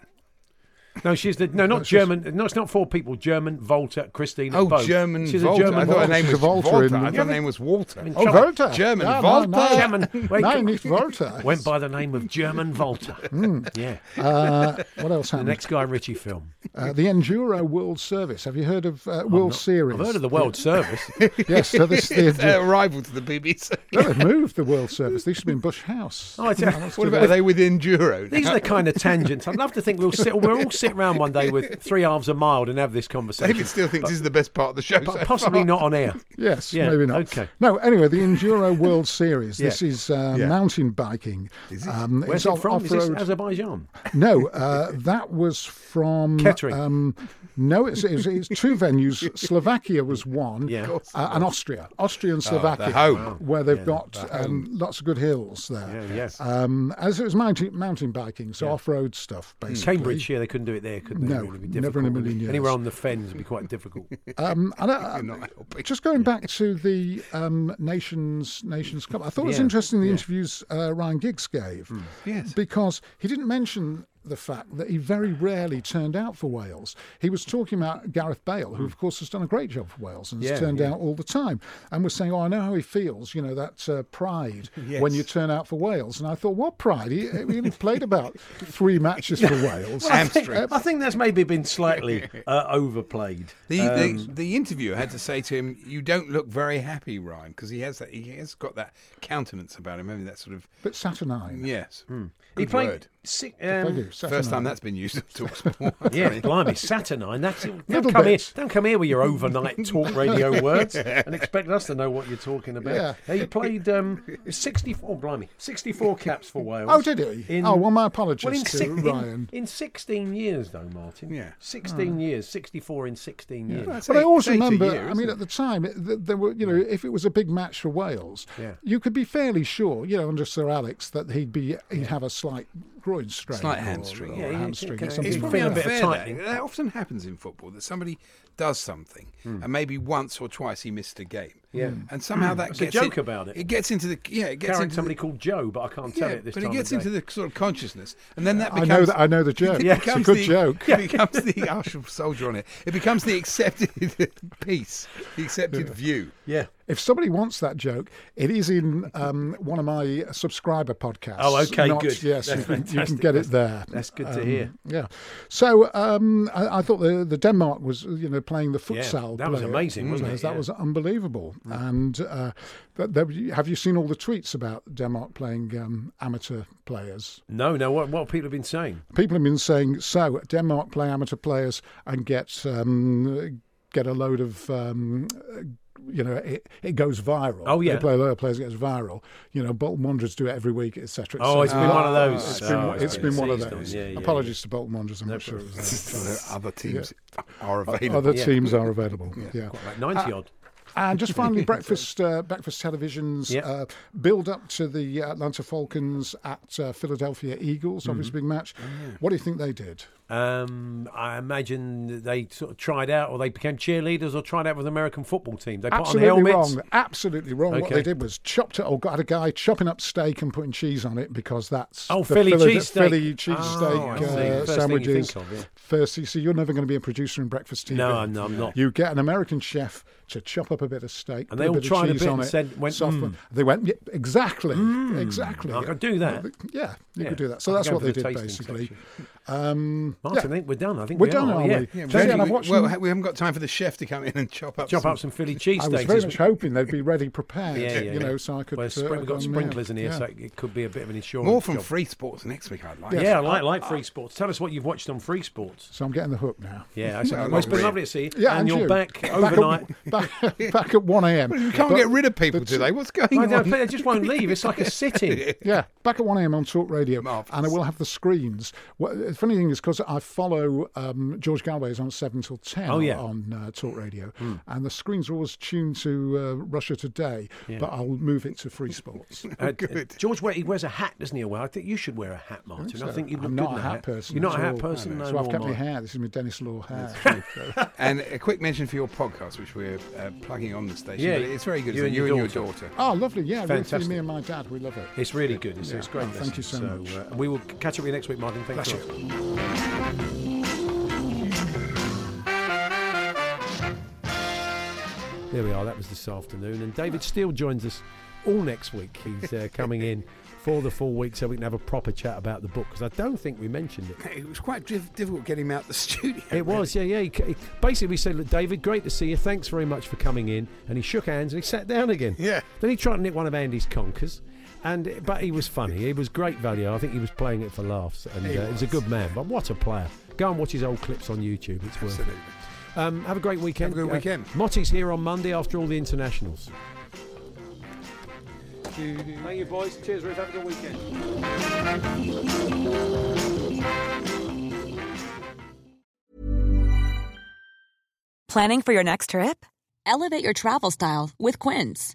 S3: No, she's the no, not German. No, it's not four people. German Volta, Christina.
S2: Oh,
S3: Bohm.
S2: German
S3: She's
S2: Volta.
S3: a German.
S2: I thought her
S3: Volta.
S2: name
S10: She's
S2: was
S10: a Volta
S2: Volta. I
S10: in-
S2: thought
S10: Yeah,
S2: her name was Walter.
S3: in
S10: Oh,
S3: trouble.
S10: Volta.
S2: German
S10: yeah,
S2: Volta.
S10: No, no,
S3: German. Wait,
S10: no,
S3: come-
S10: nicht Volta. Hmm.
S3: Went by the name of German Volta. Yeah.
S10: Uh, what else
S3: the
S10: happened?
S3: next Guy Ritchie film.
S10: Uh, the Enduro World Service. Have you heard of uh, World Series?
S3: I've heard of the World Service.
S10: Yes, so this
S2: it's
S10: is
S2: their
S10: the.
S2: rival to the BBC.
S10: No, they've moved the World Service. They used to be in Bush House.
S3: Oh, I tell you-
S10: That's
S2: What
S10: to
S2: about
S10: do-
S2: are they with Enduro?
S3: These
S2: now?
S3: are the kind of tangents. I'd love to think we'll sit. We'll all sit round one day with three halves a mild and have this conversation.
S2: David still thinks this is the best part of the show.
S3: But
S2: so
S3: possibly
S2: far.
S3: not on air.
S10: Yes,
S3: Yeah,
S10: maybe not.
S3: okay.
S10: No, anyway, the Enduro World Series. This
S3: Yeah.
S10: is uh,
S2: Yeah.
S10: mountain biking.
S2: Is it?
S10: Um,
S3: Where's
S10: it's
S3: it
S10: off-
S3: from? Is this
S10: off-road-
S3: Azerbaijan?
S10: No, uh, that was from
S3: Kettering.
S10: Um, no, it's, it's, it's two venues. Slovakia was one,
S3: Yeah. Of course.
S10: uh, and Austria, Austria and Slovakia,
S2: Oh, they're home.
S10: where they've
S3: Yeah,
S10: got um, lots of good hills there.
S3: Yeah, yes.
S10: Um, as it was mountain mountain biking, so off-road stuff basically.
S3: Cambridge, yeah, they couldn't do it there, could they?
S10: um, No,
S3: It would be
S10: never in a
S3: difficult.
S10: million years.
S3: Anywhere on the fens would be quite difficult.
S10: Um, and I,
S2: You're not helping.
S10: just going back to the um, Nations Nations Cup, I thought it was
S3: Yeah,
S10: interesting the
S3: yeah.
S10: interviews uh, Ryan Giggs gave.
S2: Yes.
S10: Because he didn't mention the fact that he very rarely turned out for Wales. He was talking about Gareth Bale, who, of course, has done a great job for Wales and has
S11: Yeah,
S10: turned
S11: yeah.
S10: out all the time. And was saying, Oh, I know how he feels, you know, that uh, pride when you turn out for Wales. And I thought, What pride? He, he only played about three matches for Wales.
S3: Well, I, think, I think that's maybe been slightly uh, overplayed.
S2: The, the,
S3: Um,
S2: the interviewer had to say to him, "You don't look very happy, Ryan," because he has that. He has got that countenance about him, haven't he? That sort of.
S10: But saturnine.
S2: Yes.
S3: He
S2: Good
S3: played
S2: word.
S3: si- um, Thank you,
S2: First
S3: saturnine.
S2: time that's been used to talk sport.
S3: yeah, blimey, saturnine. That's it. Don't
S2: Little
S3: come
S2: bits.
S3: here. Don't come here with your overnight talk radio words and expect us to know what you're talking about.
S10: Yeah.
S3: He played um, 64. oh, blimey, 64 caps for Wales.
S10: Oh, did he?
S3: in-
S10: oh, well, my apologies
S3: Well, in,
S10: to
S3: six- in-
S10: Ryan.
S3: in 16 years though, Martin. Yeah, 16
S10: Oh.
S3: years, 64 in 16 years.
S10: but I also remember, I mean, at the time, it- th- there were, you know, if it was a big match for Wales,
S3: Yeah.
S10: you could be fairly sure, you know, under Sir Alex, that he'd be he'd have a slight groin strain,
S2: Slight
S10: or-
S2: hamstring.
S10: or a hamstring. or something
S2: It's probably
S10: like that.
S2: unfair. Though. That often happens in football that somebody does something and maybe once or twice he missed a game.
S3: Hmm. Yeah.
S2: and somehow that
S3: There's a
S2: gets
S3: joke
S2: in-
S3: about it.
S2: It gets into the yeah. It gets
S3: Carrying
S2: into
S3: somebody
S2: the,
S3: called Joe, but I can't tell
S2: yeah,
S3: it this
S2: but
S3: time.
S2: it gets
S3: of
S2: into
S3: day.
S2: the sort of consciousness, and then that
S10: I know
S2: becomes.
S10: that- I know the joke.
S2: It
S10: It's a
S2: becomes
S10: good
S2: the,
S10: joke.
S2: It becomes the. I should soldier on it. It becomes the accepted piece, the accepted view.
S3: Yeah.
S10: If somebody wants that joke, it is in um, one of my subscriber podcasts.
S3: Oh, okay,
S10: not-
S3: good.
S10: Yes,
S3: That's
S10: you can, you can
S3: fantastic.
S10: get
S3: That's-
S10: it there.
S3: that's good to
S10: Um,
S3: hear.
S10: Yeah. So um, I, I thought the, the Denmark was, you know, playing the futsal.
S3: that was
S10: player,
S3: amazing, wasn't
S10: players.
S3: it?
S10: That
S3: Yeah.
S10: was unbelievable. And uh, that, that, have you seen all the tweets about Denmark playing um, amateur players?
S3: No, no. What, what people have been saying.
S10: People have been saying, so Denmark play amateur players and get um, get a load of. Um, you know, it, it goes viral.
S3: Oh, yeah.
S10: they play a load of players, it gets viral. You know, Bolton Wanderers do it every week, etc.
S3: Oh,
S10: it's
S3: it's been one of those.
S10: It's
S3: Oh,
S10: been,
S3: it's
S10: it's
S3: been
S10: been one of
S3: seized on.
S10: those.
S3: Yeah, yeah,
S10: Apologies to Bolton Wanderers. I'm not sure. it
S2: Although
S10: was that.
S2: Other
S10: Yeah.
S2: teams are
S10: O-
S2: available.
S10: Other teams are available. yeah.
S3: like 90
S10: Uh,
S3: odd.
S10: and just finally, breakfast uh, breakfast televisions uh, build up to the Atlanta Falcons at uh, Philadelphia Eagles. Obviously, big match. What do you think they did?
S3: Um, I imagine that they sort of tried out, or they became cheerleaders, or tried out with the American football team. They put
S10: Absolutely
S3: on helmets.
S10: wrong. Absolutely wrong. What
S3: Okay.
S10: they did was chopped it. Or got a guy chopping up steak and putting cheese on it because that's
S3: Oh,
S10: the
S3: Philly
S10: Philad-
S3: cheesesteak.
S10: Philly
S3: Oh,
S10: cheesesteak
S3: I see.
S10: uh,
S3: First thing you
S10: sandwiches.
S3: think of, yeah.
S10: First, you see, you're never going to be a producer in breakfast TV.
S3: No, I'm not- I'm not.
S10: You get an American chef to chop up a bit of steak,
S3: And
S10: put
S3: they all
S10: a bit
S3: tried
S10: of
S3: a
S10: cheese
S3: bit
S10: on
S3: and
S10: it,
S3: said- went,
S10: soft one.
S3: "Mm."
S10: They went "Yeah, exactly, exactly.
S3: I could do that.
S10: Yeah, you
S3: Yeah.
S10: could do that. So
S3: I'm
S10: that's
S3: going
S10: what
S3: for
S10: they
S3: the
S10: did
S3: tasting
S10: basically. Um,
S3: Martin,
S10: yeah.
S3: I think we're done. I think
S10: we're
S3: we
S10: done,
S3: are,
S10: aren't
S3: yeah.
S10: we?
S3: Yeah,
S10: Jane,
S3: very-
S10: I've watched
S2: well,
S10: some-
S2: ha- we haven't got time for the chef to come in and chop up.
S3: Chop
S2: some,
S3: up some Philly
S10: I
S3: cheesesteaks.
S10: was very
S3: as
S10: much
S3: well.
S10: hoping there'd be ready prepared.
S3: Yeah, yeah,
S10: you know,
S3: yeah.
S10: so I could.
S3: Well, spring-
S10: uh,
S3: we've got
S10: um,
S3: sprinklers in here,
S10: yeah.
S3: so it could be a bit of an insurance.
S2: More from
S3: job.
S2: Free Sports next week. I'd like.
S3: Yeah,
S10: Yes.
S3: I like, like free sports. Tell us what you've watched on free sports.
S10: So I'm getting the hook now.
S3: Yeah, I see. Well,
S10: not
S3: it's been
S10: really.
S3: lovely to see you.
S10: Yeah,
S3: And you're
S10: you.
S3: back
S10: at-
S3: overnight.
S10: back, back at 1
S3: Um,
S10: a.m.
S2: You can't get rid of people today. What's going
S3: I
S2: on?
S3: know, but they just won't leave. It's like a sit-in.
S10: Yeah, back at 1 a.m. on Talk Radio, and I will have the screens. Well, the funny thing is, because I follow um, George Galway's on 7 till 10
S3: Oh, yeah.
S10: on uh, Talk Radio, and the screens are always tuned to uh, Russia Today,
S3: Yeah.
S10: but I'll move it to Free Sports.
S3: Uh, George, wear, he wears a hat, doesn't he? Well, I think you should wear a hat, Martin. I think you'd look
S10: I'm
S3: good
S10: not
S3: in
S10: a hat person.
S3: You're not
S10: at
S3: a hat
S10: all.
S3: person, no,
S10: So I've
S3: nor
S10: kept my
S3: am I.
S10: hair. This is my Dennis Law hair.
S2: and a quick mention for your podcast, which we're uh, plugging on the station.
S3: Yeah,
S2: but it's very good.
S3: you
S2: isn't
S3: and
S2: it?
S3: your
S2: you and your
S3: daughter.
S2: daughter.
S10: Oh, lovely. Yeah, Ruthie,
S3: Fantastic.
S10: me and my dad, we love it.
S3: It's really good. It's, it's great.
S10: Oh, thank you so much.
S3: Uh, and we will catch up with you next week, Martin. Thanks.
S10: Pleasure.
S3: a lot. There we are. That was this afternoon. And David Steele joins us all next week. He's uh, coming in for the full week so we can have a proper chat about the book because I don't think we mentioned it.
S2: Oh, It was quite diff- difficult getting him out the studio.
S3: It was, yeah, yeah. He, he basically we said, "Look, David, great to see you. Thanks very much for coming in." And he shook hands and he sat down again. Yeah. Then he tried to nick one of Andy's conkers, and but he was funny. He was great value. I think he was playing it for laughs, and
S2: He
S3: uh, he was a good man. But what a player! Go and watch his old clips on YouTube. It's worth
S2: Absolutely.
S3: it. Um, have a great weekend.
S2: Have a good
S3: Uh,
S2: weekend.
S3: Motti's here on Monday after all the internationals. Thank you, boys. Cheers, Ruth. Have a good weekend.
S12: Planning for your next trip? Elevate your travel style with Quince.